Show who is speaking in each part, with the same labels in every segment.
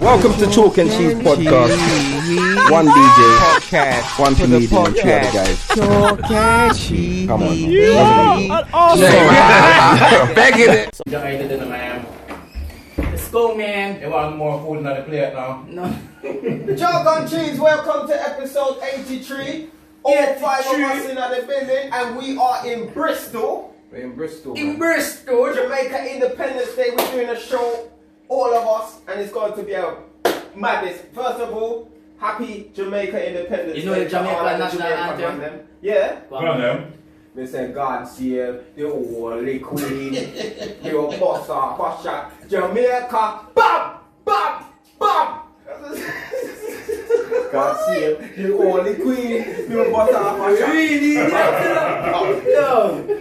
Speaker 1: Welcome to Talk and Cheese Podcast. One DJ,
Speaker 2: podcast.
Speaker 1: one
Speaker 2: For the
Speaker 1: comedian, two other
Speaker 2: podcast.
Speaker 1: guys.
Speaker 2: Talk and cheese.
Speaker 1: Come on.
Speaker 3: Y'all ain't did dinner, man. Let's go, man. They want more food than the plate now.
Speaker 2: Talk and cheese. Welcome to episode 83. All five of us in the building, and we are in Bristol.
Speaker 1: We're in Bristol.
Speaker 3: In Bristol.
Speaker 2: Jamaica Independence Day. We're doing a show, all of us, and it's going to be a madness. First of all, happy Jamaica Independence
Speaker 3: You know
Speaker 2: Day.
Speaker 3: the Jamaica
Speaker 2: Oh, I like the
Speaker 3: national anthem?
Speaker 2: man, them. Yeah.
Speaker 3: Well,
Speaker 2: They said God save the holy queen. you boss up, boss up. Jamaica, bam, bam, bam. God save the holy queen. You boss uh, up, boss up.
Speaker 3: no.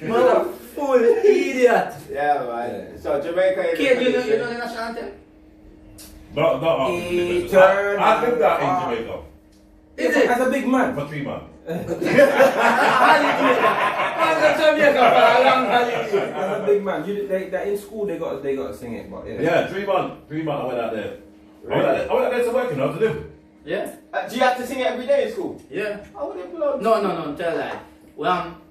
Speaker 3: Man, a full idiot.
Speaker 2: Yeah, man. So Jamaica.
Speaker 3: Kid, you know, you know the national anthem?
Speaker 4: Not, not up.
Speaker 3: He
Speaker 2: turned
Speaker 4: I, I lived
Speaker 2: up.
Speaker 4: that in Jamaica
Speaker 3: Is it?
Speaker 2: a big man.
Speaker 4: for three months.
Speaker 3: I'm from Jamaica for a long holiday.
Speaker 5: That's a big man. You, they, that in school they got they got to sing it, but yeah.
Speaker 4: Yeah, three months. Three months I went out there. I went out there, I went out there to work, you know, to live.
Speaker 3: Yeah,
Speaker 2: Uh, do you have to sing it every day in school?
Speaker 3: yeah.
Speaker 2: I wouldn't blow.
Speaker 3: No, no, no, tell that. Well, um,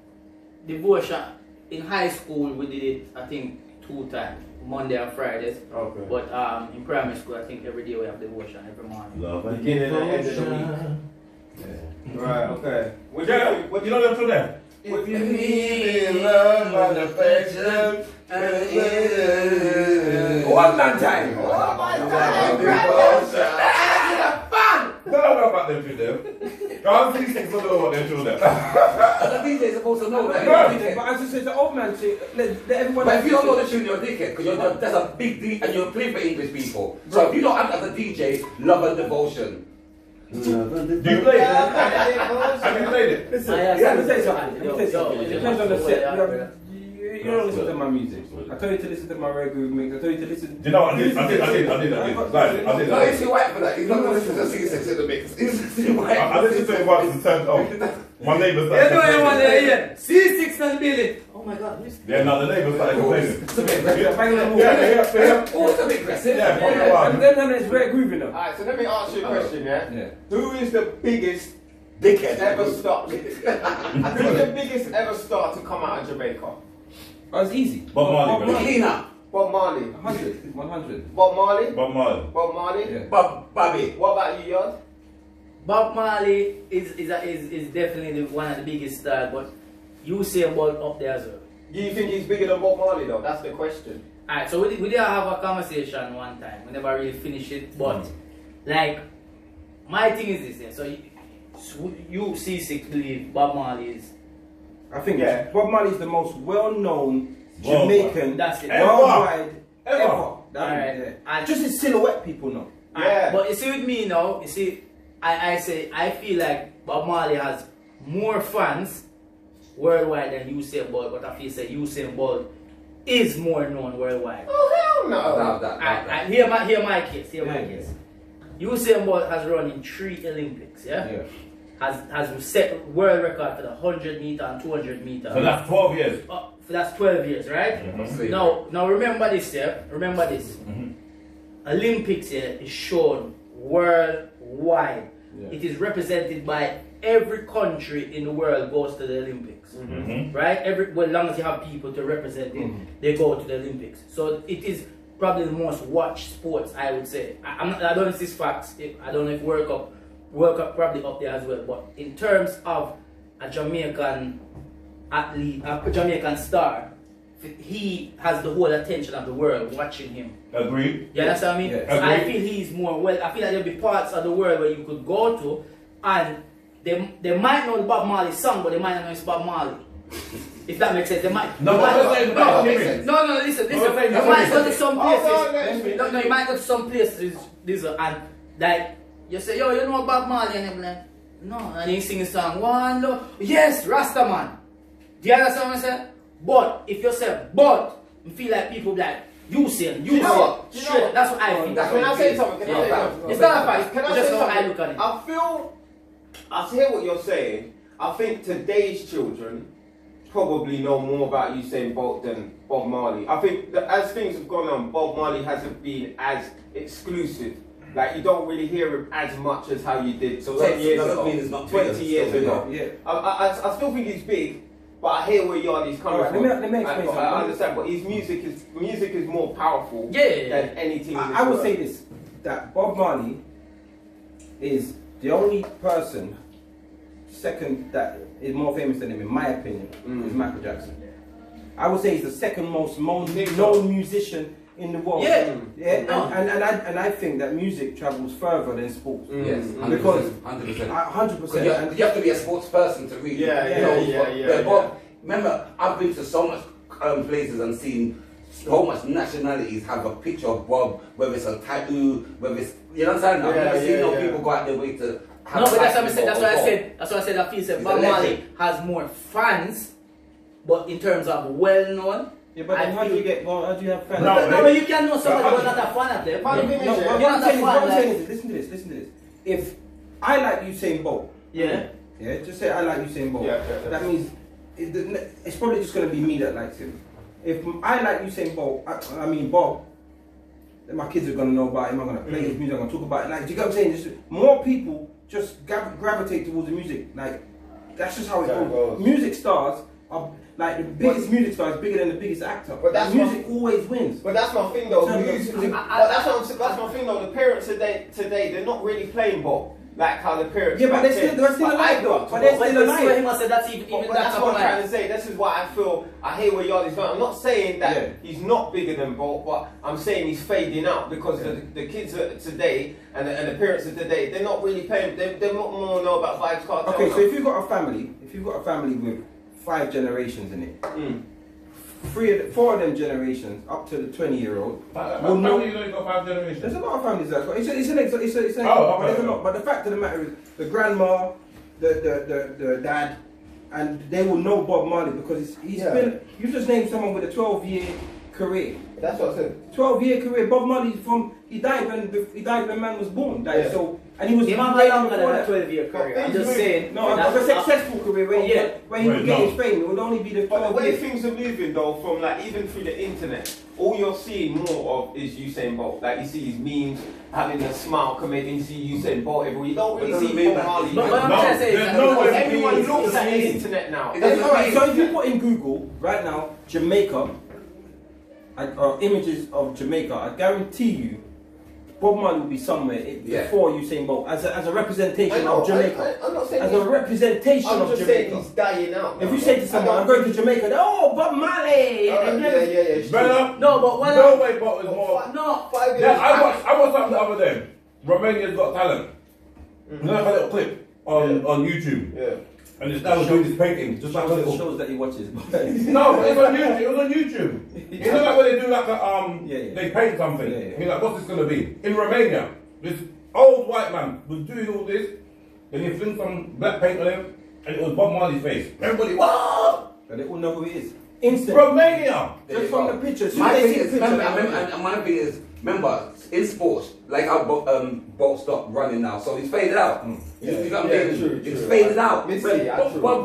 Speaker 3: devotion. In high school, we did it, I think, two times. Monday and Fridays.
Speaker 2: Okay.
Speaker 3: But um, in primary school, I think every day we have devotion, every morning.
Speaker 4: No, but
Speaker 2: Beginning and end of the week. Right. Okay. What you
Speaker 4: Yeah,
Speaker 2: think? What
Speaker 4: you know them from there?
Speaker 2: If you need love and affection,
Speaker 5: One man time.
Speaker 4: I don't know about them through there. Can't see six, I don't know about them through there.
Speaker 6: I think they're supposed to know
Speaker 4: No.
Speaker 6: that.
Speaker 5: But as you said, the old man shit. Let, let everyone.
Speaker 6: But if you don't know the tune, you're a dickhead because you're not, that's a big D and you're playing for English people. So if you don't act as a DJ, love and devotion.
Speaker 4: Do you play it? Have you played it?
Speaker 5: yeah, let me tell you something. Let me tell you something. It depends on the set. You, have, you, you don't listen to my music. I told you to listen to my reggae mix. I told you to listen.
Speaker 4: Do you know what I did? I did, I did, I did, I did. No, I did, I did.
Speaker 6: No,
Speaker 4: I
Speaker 6: he's
Speaker 4: did.
Speaker 6: too white for that. He's not going to listen to C6 in the mix. He's too white.
Speaker 4: I I listened to it once and turned off. My neighbours
Speaker 3: Yeah, no,
Speaker 4: started
Speaker 3: yeah, man, yeah,
Speaker 4: complaining.
Speaker 3: yeah. C6 on the building. Oh my god, who's
Speaker 4: Yeah, no, the neighbours started complaining.
Speaker 6: It's a bit
Speaker 4: Yeah,
Speaker 6: aggressive.
Speaker 4: yeah, yeah, yeah.
Speaker 6: Oh, it's a bit aggressive.
Speaker 4: Yeah, fuck it, man.
Speaker 5: And then and it's very groovy now.
Speaker 2: Alright, so let me ask you a question, yeah?
Speaker 6: Yeah.
Speaker 2: Who is the biggest
Speaker 6: Dickhead.
Speaker 2: ever star? Who's the biggest ever star to come out of Jamaica?
Speaker 5: That was easy.
Speaker 4: Bob Marley, bro.
Speaker 6: Cleaner.
Speaker 2: Bob Marley.
Speaker 5: 100, 100.
Speaker 2: Bob Marley?
Speaker 4: Bob Marley.
Speaker 2: Bob Marley?
Speaker 5: Yeah.
Speaker 6: Bob, Bobby.
Speaker 2: What about you, Yod?
Speaker 3: Bob Marley is is, a, is is definitely the, one of the biggest stars, but you say about up there as well.
Speaker 2: Do you think he's bigger than Bob Marley, though? That's the question.
Speaker 3: Alright, so we did, we did have a conversation one time. We never really finished it, but like my thing is this. Yeah, so you, so you C6 believe Bob Marley is
Speaker 5: I think
Speaker 2: Yeah.
Speaker 5: Bob Marley is the most well-known
Speaker 4: Worldwide.
Speaker 5: Jamaican
Speaker 3: That's it.
Speaker 4: Ever.
Speaker 5: worldwide
Speaker 4: Ever.
Speaker 5: That-
Speaker 3: Alright.
Speaker 5: yeah.
Speaker 3: And-
Speaker 5: Just his silhouette, people know.
Speaker 2: Yeah.
Speaker 3: But you see with me now, you see, I, I say I feel like Bob Marley has more fans worldwide than Usain Bolt, but I feel say Usain Bolt is more known worldwide.
Speaker 2: Oh, hell
Speaker 6: I
Speaker 2: no!
Speaker 6: love that. I love
Speaker 3: I, I,
Speaker 6: that.
Speaker 3: hear my hear my case, hear my
Speaker 5: Yeah,
Speaker 3: case. Usain Bolt has run in three Olympics, yeah?
Speaker 5: Yeah.
Speaker 3: Has has set world record for the hundred meter and two hundred meter.
Speaker 4: For that's 12 years.
Speaker 3: Uh, for that's twelve years, right?
Speaker 6: Sleep.
Speaker 3: Now, now remember this, yeah. Remember this. Olympics yeah, is shown worldwide. It is represented by every country in the world goes to the Olympics, right? Every well, as long as you have people to represent it, they go to the Olympics. So it is probably the most watched sports, I would say. I, I'm not, I don't know if this facts. If, I don't know if World Cup, World Cup probably up there as well. But in terms of a Jamaican athlete, a Jamaican star, he has the whole attention of the world watching him.
Speaker 4: Agreed?
Speaker 3: You understand what I mean?
Speaker 5: Yes.
Speaker 3: So I
Speaker 4: Agreed.
Speaker 3: feel he's more well. I feel like there'll be parts of the world where you could go to, and they, they might know Bob Marley's song, but they might not know it's Bob Marley. If that makes sense, they might.
Speaker 4: No,
Speaker 3: they
Speaker 4: but
Speaker 3: might-
Speaker 4: that's not-
Speaker 3: no,
Speaker 4: that makes sense.
Speaker 3: no, no, listen, listen.
Speaker 4: that's not-
Speaker 3: you
Speaker 4: that's
Speaker 3: might
Speaker 4: not-
Speaker 3: go to some
Speaker 2: Hold
Speaker 3: places.
Speaker 2: on, let me-
Speaker 3: oh, no, no, you might go to some places, this and like you say, yo, you know Bob Marley, and they be like, no, and he sing a song, one love, yes, Rastaman. Do you understand what I'm saying? But if you say but, I feel like people be like you saying you
Speaker 2: You know
Speaker 3: saying
Speaker 2: what? You know
Speaker 3: straight.
Speaker 2: what?
Speaker 3: That's what I feel.
Speaker 6: That's
Speaker 2: Can
Speaker 6: what
Speaker 2: I
Speaker 6: it
Speaker 2: say
Speaker 6: is.
Speaker 2: something? Can I
Speaker 6: Yeah,
Speaker 2: say
Speaker 6: that-
Speaker 2: something?
Speaker 3: It's not a fact.
Speaker 2: Can I
Speaker 3: It's
Speaker 2: say
Speaker 3: just how
Speaker 2: something?
Speaker 3: I look at it.
Speaker 2: I feel. I hear what you're saying. I think today's children probably know more about Usain Bolt than Bob Marley. I think that as things have gone on, Bob Marley hasn't been as exclusive. Like you don't really hear him as much as how you did. So
Speaker 6: Text
Speaker 2: 10 years
Speaker 6: doesn't
Speaker 2: ago,
Speaker 6: mean it's not big,
Speaker 2: twenty
Speaker 6: it's
Speaker 2: years
Speaker 6: still big.
Speaker 2: ago. I,
Speaker 5: Yeah.
Speaker 2: I, I- I still think he's big, but I hear where Yardi's coming
Speaker 5: Alright,
Speaker 2: from.
Speaker 5: let me- let me
Speaker 2: I-
Speaker 5: explain
Speaker 2: I,
Speaker 5: something.
Speaker 2: understand, but his music is music is more powerful
Speaker 3: Yeah, yeah, yeah.
Speaker 2: than any team. in
Speaker 5: I, I would
Speaker 2: world.
Speaker 5: say this that Bob Marley is the only person second that is more famous than him, in my opinion, is Michael Jackson. I would say he's the second most known, known musician in the world.
Speaker 3: Yeah.
Speaker 5: yeah, and, and, and I and I think that music travels further than sports.
Speaker 6: Yes, hundred
Speaker 5: Because-
Speaker 6: percent, hundred percent.
Speaker 5: hundred
Speaker 6: Because
Speaker 5: percent.
Speaker 6: you,
Speaker 5: And
Speaker 6: have- you have to be a sports person to really
Speaker 2: Yeah,
Speaker 6: you
Speaker 2: yeah,
Speaker 6: know,
Speaker 2: yeah,
Speaker 6: what-
Speaker 2: yeah,
Speaker 6: where
Speaker 2: yeah.
Speaker 6: Bob- Remember, I've been to so much um, places and seen so much nationalities have a picture of Bob, whether it's a tattoo, whether it's you know what I'm saying. I've
Speaker 2: Yeah,
Speaker 6: never seen
Speaker 2: yeah,
Speaker 6: no
Speaker 2: yeah.
Speaker 6: people go out their way to. Have
Speaker 3: No, but that's what I
Speaker 6: tattoos
Speaker 3: said. That's
Speaker 6: of
Speaker 3: what I
Speaker 6: Bob.
Speaker 3: said. That's what I said. I feel said
Speaker 6: He's
Speaker 3: Bob
Speaker 6: a
Speaker 3: Marley
Speaker 6: legend.
Speaker 3: has more fans, but in terms of well known.
Speaker 5: yeah, but then how do you get? Well, how do you have fans?
Speaker 4: No,
Speaker 3: No,
Speaker 4: man.
Speaker 3: but you can know somebody
Speaker 4: Yeah.
Speaker 3: who's not a fan of them.
Speaker 2: But the thing
Speaker 5: No,
Speaker 2: is, yeah,
Speaker 5: what
Speaker 3: You're not
Speaker 5: I'm
Speaker 3: a
Speaker 5: saying is, what I'm
Speaker 3: fan,
Speaker 5: saying
Speaker 3: like-
Speaker 5: is, listen to this, listen to this. If I like Usain Bolt,
Speaker 3: Yeah.
Speaker 5: yeah, just say I like Usain Bolt.
Speaker 2: Yeah, yeah, yeah.
Speaker 5: That means it, the ne- it's probably just gonna be me that likes him. If m- I like Usain Bolt, I, I mean Bob, then my kids are gonna know about him. I'm gonna play
Speaker 2: Mm.
Speaker 5: his music. I'm gonna talk about it. Like, do you get what I'm saying? Just more people just gav- gravitate towards the music. Like, that's just how it
Speaker 2: That
Speaker 5: goes.
Speaker 2: goes.
Speaker 5: Music stars are like the biggest music star is bigger than the biggest actor.
Speaker 2: But that's
Speaker 5: music always wins.
Speaker 2: But that's my thing though.
Speaker 5: No, no,
Speaker 2: Music,
Speaker 5: I-
Speaker 2: but that's what I'm, s- that's my thing though. The parents today, today they're not really playing ball like how the parents.
Speaker 5: Yeah, but they're
Speaker 2: back
Speaker 5: still-
Speaker 2: then.
Speaker 5: they're still
Speaker 2: But
Speaker 5: alive,
Speaker 2: I
Speaker 5: though.
Speaker 2: grew up to
Speaker 5: But
Speaker 2: ball.
Speaker 5: they're
Speaker 3: But
Speaker 5: still
Speaker 3: that's what
Speaker 5: alive.
Speaker 3: he must say. That's even,
Speaker 2: But,
Speaker 3: even
Speaker 2: but
Speaker 3: that's
Speaker 2: that's what I'm trying
Speaker 3: like.
Speaker 2: to say. This is why I feel I hear where Yardley's going. I'm not saying that
Speaker 5: Yeah.
Speaker 2: he's not bigger than Bolt, but I'm saying he's fading out because the, the kids are today and the, and the parents of today they're not really playing. They're, they're not more know about Vibes Cartel.
Speaker 5: Okay,
Speaker 2: now.
Speaker 5: so if you've got a family, if you've got a family with five generations in it,
Speaker 4: Hmm.
Speaker 2: Mm.
Speaker 5: three, of the, four of them generations up to the twenty-year-old,
Speaker 4: But uh,
Speaker 5: Well,
Speaker 4: well,
Speaker 5: no.
Speaker 4: you know you got five
Speaker 5: there's
Speaker 4: generations.
Speaker 5: a lot of families that got. It's, a- it's an, ex- it's, a- it's an,
Speaker 4: Oh,
Speaker 5: but there's a
Speaker 4: okay.
Speaker 5: lot. But the fact of the matter is, the grandma, the the the, the dad, and they will know Bob Marley because he's, he's
Speaker 2: Yeah.
Speaker 5: been. You just named someone with a twelve-year career.
Speaker 2: that's what I said.
Speaker 5: 12 year career. Bob Marley from he died when he died when man was born. Like,
Speaker 2: Yeah.
Speaker 5: So and he was
Speaker 3: He might
Speaker 5: way
Speaker 3: be longer
Speaker 5: before
Speaker 3: than a
Speaker 5: that.
Speaker 3: 12 year career. I'm
Speaker 2: things
Speaker 3: just
Speaker 2: move.
Speaker 3: saying.
Speaker 5: No,
Speaker 3: that's-
Speaker 5: of a successful career where he,
Speaker 3: Yeah.
Speaker 5: where he would
Speaker 4: Right,
Speaker 5: get
Speaker 4: no.
Speaker 5: his fame. It would only be the
Speaker 2: But the
Speaker 5: 12
Speaker 2: way
Speaker 5: years.
Speaker 2: things are moving though, from like even through the internet, all you're seeing more of is Usain Bolt. Like you see his memes, having a smile committing, you see Usain Bolt everywhere. You don't
Speaker 6: But
Speaker 2: really
Speaker 6: doesn't
Speaker 2: see
Speaker 6: mean
Speaker 2: Bob
Speaker 6: that
Speaker 2: Marley.
Speaker 6: he's
Speaker 3: But what I'm
Speaker 4: No,
Speaker 3: trying to say is
Speaker 4: there's
Speaker 3: that
Speaker 4: no
Speaker 2: Because
Speaker 4: way.
Speaker 2: everyone
Speaker 4: It's
Speaker 2: looks at the
Speaker 4: easy.
Speaker 2: internet now.
Speaker 6: It
Speaker 5: Then,
Speaker 6: doesn't
Speaker 5: all right,
Speaker 6: mean-
Speaker 5: so if you put in Google right now, Jamaica, and, uh, images of Jamaica, I guarantee you, Bob Marley will be somewhere i-
Speaker 6: Yeah.
Speaker 5: before Usain Bolt as a, as a representation
Speaker 2: know,
Speaker 5: of Jamaica.
Speaker 2: I, am not saying
Speaker 5: as a representation
Speaker 2: I'm
Speaker 5: of
Speaker 2: just
Speaker 5: Jamaica.
Speaker 2: saying he's dying out.
Speaker 5: if
Speaker 2: now.
Speaker 5: you say to someone,
Speaker 2: I
Speaker 5: I'm
Speaker 2: don't-
Speaker 5: going to Jamaica, they're, oh, Bob Marley!
Speaker 2: Alright,
Speaker 5: And
Speaker 2: yeah,
Speaker 5: then-
Speaker 2: yeah, yeah.
Speaker 4: Brother,
Speaker 3: No, but when
Speaker 4: no
Speaker 3: I-
Speaker 4: way, but it's more.
Speaker 2: Five-
Speaker 3: No.
Speaker 2: Five
Speaker 4: Yeah,
Speaker 2: years.
Speaker 4: I watched I watched something the other day. Romania's Got Talent. You know, like a little clip on, on YouTube.
Speaker 2: Yeah.
Speaker 4: And this guy was doing this painting, just like a
Speaker 5: It
Speaker 4: little.
Speaker 5: shows that he watches. but-
Speaker 4: No, it was on YouTube. It was on YouTube. You know, like when they do like a um,
Speaker 5: Yeah, yeah.
Speaker 4: they paint something.
Speaker 5: Yeah, yeah.
Speaker 4: He's like, what's this gonna be? In Romania, this old white man was doing all this. Then he flinged some black paint on him, and it was Bob Marley's face. Everybody, wow!
Speaker 5: but they all know who it is. Instant.
Speaker 4: Romania.
Speaker 6: There
Speaker 5: Just
Speaker 6: you
Speaker 5: from
Speaker 6: go.
Speaker 5: the pictures.
Speaker 6: My
Speaker 5: They
Speaker 6: thing
Speaker 5: see
Speaker 6: is,
Speaker 5: the picture,
Speaker 6: remember, I
Speaker 5: they know.
Speaker 6: remember- and and my thing is, remember, in sports, like how Bo- um, Bolt stopped running now, so he's faded out.
Speaker 5: Hmm.
Speaker 6: You, you know what
Speaker 2: Yeah,
Speaker 6: I'm saying?
Speaker 2: true,
Speaker 6: It's
Speaker 2: true.
Speaker 6: faded out.
Speaker 2: Missy,
Speaker 6: But-
Speaker 2: yeah,
Speaker 6: but-
Speaker 2: true.
Speaker 6: but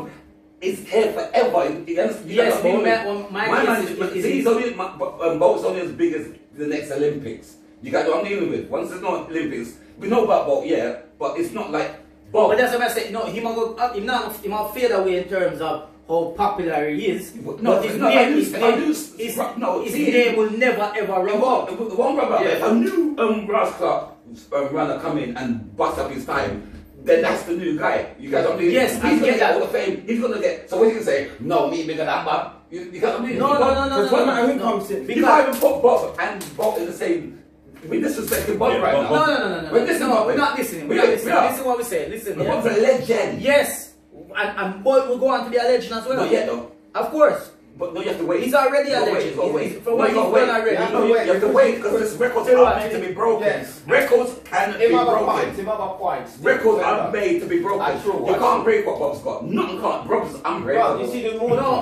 Speaker 6: it's here forever. You- you understand- you
Speaker 3: Yes,
Speaker 6: understand
Speaker 3: but
Speaker 6: what I
Speaker 3: my-
Speaker 6: mean?
Speaker 3: well, my
Speaker 6: my
Speaker 3: case
Speaker 6: man
Speaker 3: is-
Speaker 6: is, but
Speaker 3: is-
Speaker 6: see, he's only, my, but, um, Bolt's only as big as the next Olympics. You got what I'm dealing with. Once there's no Olympics, we know about Bolt, yeah, but it's not like Bolt.
Speaker 3: But that's what I said. No, he might go. He not. He might fade away in terms of how popular he is.
Speaker 6: No,
Speaker 3: but his
Speaker 6: no, I
Speaker 3: name,
Speaker 6: do-
Speaker 3: his
Speaker 6: I do-
Speaker 3: name, his,
Speaker 6: no,
Speaker 3: his
Speaker 6: see-
Speaker 3: name will never ever
Speaker 6: One
Speaker 3: run out.
Speaker 6: brother, one brother,
Speaker 3: Yeah.
Speaker 6: if a new um, grass club um, runner come in and bust up his time, then that's the new guy. You guys don't mean?
Speaker 3: Yes, I
Speaker 6: he's gonna
Speaker 3: get
Speaker 6: get
Speaker 3: that.
Speaker 6: all the fame. He's gonna get. So what you gonna say? No, me bigger than Bob. You, you got what I mean?
Speaker 3: No, no, no, no,
Speaker 6: Because
Speaker 3: no,
Speaker 6: when
Speaker 3: no,
Speaker 6: I mean,
Speaker 3: no.
Speaker 5: comes in-
Speaker 6: You
Speaker 3: Because-
Speaker 6: can't even put Bob and Bob in the same. We're disrespecting Bob
Speaker 4: Yeah,
Speaker 6: right
Speaker 4: Bob-
Speaker 6: now.
Speaker 3: No, no, no, no, no.
Speaker 6: We're listening.
Speaker 3: no, we're not listening. We're
Speaker 6: We
Speaker 3: not
Speaker 6: are-
Speaker 3: listening.
Speaker 6: we are.
Speaker 3: This is what we say. Listen.
Speaker 6: But
Speaker 3: yeah.
Speaker 6: Bob's a legend.
Speaker 3: Yes, and, and boy, we'll go on to be a legend as well.
Speaker 6: Not yet, though.
Speaker 3: Of course.
Speaker 6: But no, you have to wait.
Speaker 3: He's already
Speaker 6: You
Speaker 3: a
Speaker 6: gotta wait,
Speaker 3: legend.
Speaker 6: you gotta
Speaker 3: He's-
Speaker 6: wait.
Speaker 3: from what
Speaker 6: You gotta
Speaker 3: he's
Speaker 6: wait.
Speaker 3: done already.
Speaker 6: You have to wait. You have to wait because this records are made to be broken.
Speaker 2: Yes.
Speaker 6: Records can be
Speaker 2: Him have a
Speaker 6: broken.
Speaker 2: point. Him have a point.
Speaker 6: Records
Speaker 2: Defender.
Speaker 6: are made to be broken.
Speaker 2: That's true.
Speaker 6: You can't break what Bob's got. Nothing can't. Bob's
Speaker 2: Bro,
Speaker 6: unbreakable.
Speaker 2: you see the moon?
Speaker 3: No.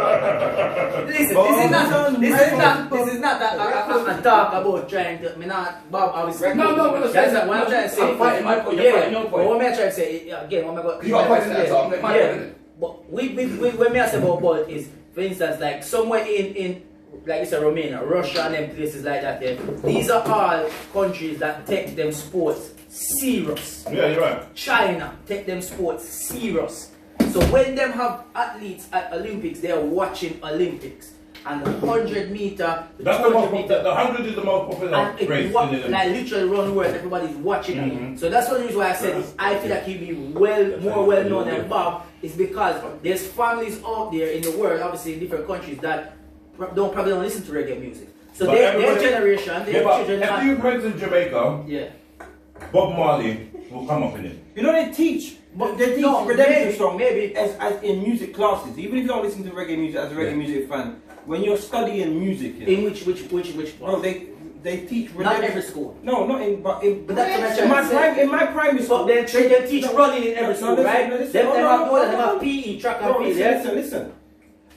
Speaker 3: Listen, this is
Speaker 5: Bob,
Speaker 3: not. This is
Speaker 5: Bob,
Speaker 3: not.
Speaker 5: Bob.
Speaker 3: This is not a, a, a, a talk about trying to. Me not. Bob, I was.
Speaker 6: No, no, but
Speaker 3: That's not what I'm
Speaker 6: no,
Speaker 3: trying to say.
Speaker 6: I'm fighting my point, you're
Speaker 3: Yeah.
Speaker 6: fighting your point.
Speaker 3: But what I'm trying to say again, what I'm going.
Speaker 6: You got points in that, so I'm like, my
Speaker 3: Yeah.
Speaker 6: point.
Speaker 3: But we, we, we when me I say about ball is, for instance, like somewhere in in like you said, Romania, Russia, and them places like that. Yeah, these are all countries that take them sports serious.
Speaker 4: Yeah, you're right.
Speaker 3: China take them sports serious. So when them have athletes at Olympics, they are watching Olympics and the hundred meter, the
Speaker 4: That's the
Speaker 3: two hundred
Speaker 4: most popular.
Speaker 3: meter.
Speaker 4: The hundred is the most popular
Speaker 3: And it
Speaker 4: race.
Speaker 3: wa-
Speaker 4: in the-
Speaker 3: like literally around the world, everybody's watching it.
Speaker 4: Mhm.
Speaker 3: So that's one reason why I said is I feel like he'd be well, more well known than Bob is because there's families out there in the world, obviously in different countries, that pro- don't probably don't listen to reggae music. So
Speaker 4: But
Speaker 3: their, their
Speaker 4: everybody-
Speaker 3: generation, their
Speaker 4: Yeah, but
Speaker 3: children,
Speaker 4: if
Speaker 3: are-
Speaker 4: you went to Jamaica,
Speaker 3: yeah.
Speaker 4: Bob Marley will come up in it.
Speaker 5: You know they teach,
Speaker 3: But
Speaker 5: they teach
Speaker 3: no,
Speaker 5: redemption
Speaker 3: maybe-
Speaker 5: song
Speaker 3: maybe-
Speaker 5: as, as in music classes. Even if you don't listen to reggae music as a reggae
Speaker 4: Yeah.
Speaker 5: music fan, when you're studying music, yeah,
Speaker 3: In which which which which part?
Speaker 5: bro, they they teach
Speaker 3: Not
Speaker 5: redemption.
Speaker 3: every school.
Speaker 5: No, not in but in
Speaker 3: But that's what I'm
Speaker 5: in my
Speaker 3: trying to say.
Speaker 5: prime in my primary school.
Speaker 3: So they, they, they teach running in every
Speaker 5: No,
Speaker 3: school,
Speaker 5: listen,
Speaker 3: right?
Speaker 5: no, listen.
Speaker 3: Them
Speaker 5: No,
Speaker 3: them
Speaker 5: no,
Speaker 3: have
Speaker 5: no,
Speaker 3: more than
Speaker 5: no,
Speaker 3: them have
Speaker 5: no.
Speaker 3: PE, track and
Speaker 5: Bro,
Speaker 3: field,
Speaker 5: listen,
Speaker 3: yeah?
Speaker 5: listen, listen.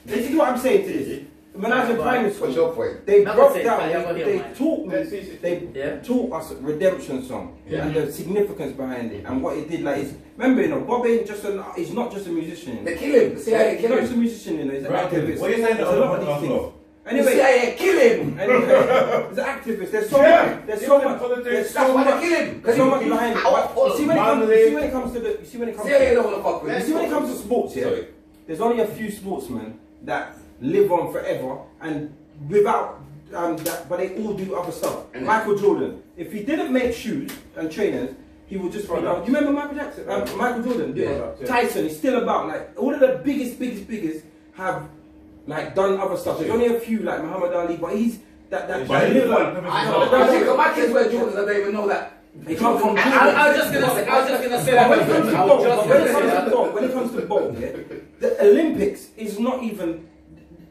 Speaker 5: This is what I'm saying to this. When I was in primary
Speaker 6: What's
Speaker 5: school,
Speaker 6: your point?
Speaker 5: they
Speaker 3: Not
Speaker 5: broke
Speaker 3: saying,
Speaker 5: down,
Speaker 3: but yeah, but
Speaker 5: they,
Speaker 3: yeah,
Speaker 5: they
Speaker 3: man.
Speaker 5: taught me,
Speaker 2: That's easy.
Speaker 5: they
Speaker 3: Yeah.
Speaker 5: taught us a redemption song
Speaker 6: Yeah.
Speaker 5: and the significance behind it and what it did. Like, it's, remember, you know, Bob ain't just an, he's not just a musician. you know.
Speaker 6: They kill him. The CIA
Speaker 5: He's
Speaker 6: kill
Speaker 5: not just
Speaker 6: him.
Speaker 5: a musician, you know, he's an
Speaker 4: Right,
Speaker 5: activist.
Speaker 4: what you saying
Speaker 5: There's
Speaker 4: that
Speaker 5: a lot
Speaker 4: I'm not-
Speaker 5: of these
Speaker 4: I'm
Speaker 5: things.
Speaker 6: The
Speaker 5: Anyway,
Speaker 6: CIA kill him.
Speaker 5: anyway, he's an activist. There's so
Speaker 4: Yeah.
Speaker 5: much. There's so
Speaker 4: Yeah,
Speaker 5: much.
Speaker 4: politics.
Speaker 5: There's
Speaker 6: That's
Speaker 5: so
Speaker 6: why
Speaker 5: much.
Speaker 6: they kill him.
Speaker 5: There's so much behind it. But You see when it comes. You see when it comes to the. You see when it comes.
Speaker 6: CIA
Speaker 5: To,
Speaker 6: don't want to fuck with
Speaker 5: you see when it comes to sports, yeah.
Speaker 6: Sorry.
Speaker 5: There's only a few sportsmen that live on forever and without um, that, but they all do other stuff.
Speaker 6: And-
Speaker 5: Michael Jordan, if he didn't make shoes and trainers, he would just. Be,
Speaker 2: Product.
Speaker 5: you remember Michael Jackson, um, Michael Jordan, yeah.
Speaker 2: Product, yeah.
Speaker 5: Tyson is still about. Like all of the biggest, biggest, biggest have like done other stuff. There's only a few like Muhammad Ali, but he's that that.
Speaker 4: But
Speaker 5: that
Speaker 4: he
Speaker 5: live
Speaker 4: like-
Speaker 5: on-
Speaker 6: I know. I think my kids wear Jordans and they even know that.
Speaker 5: They come from.
Speaker 3: I, I was just gonna say, I was just gonna say that.
Speaker 5: When it comes to
Speaker 3: I was
Speaker 5: bowl,
Speaker 3: just
Speaker 5: when
Speaker 3: gonna
Speaker 5: it
Speaker 3: say
Speaker 5: comes to
Speaker 3: that.
Speaker 5: bowl, when it comes to bowl, yeah, the Olympics is not even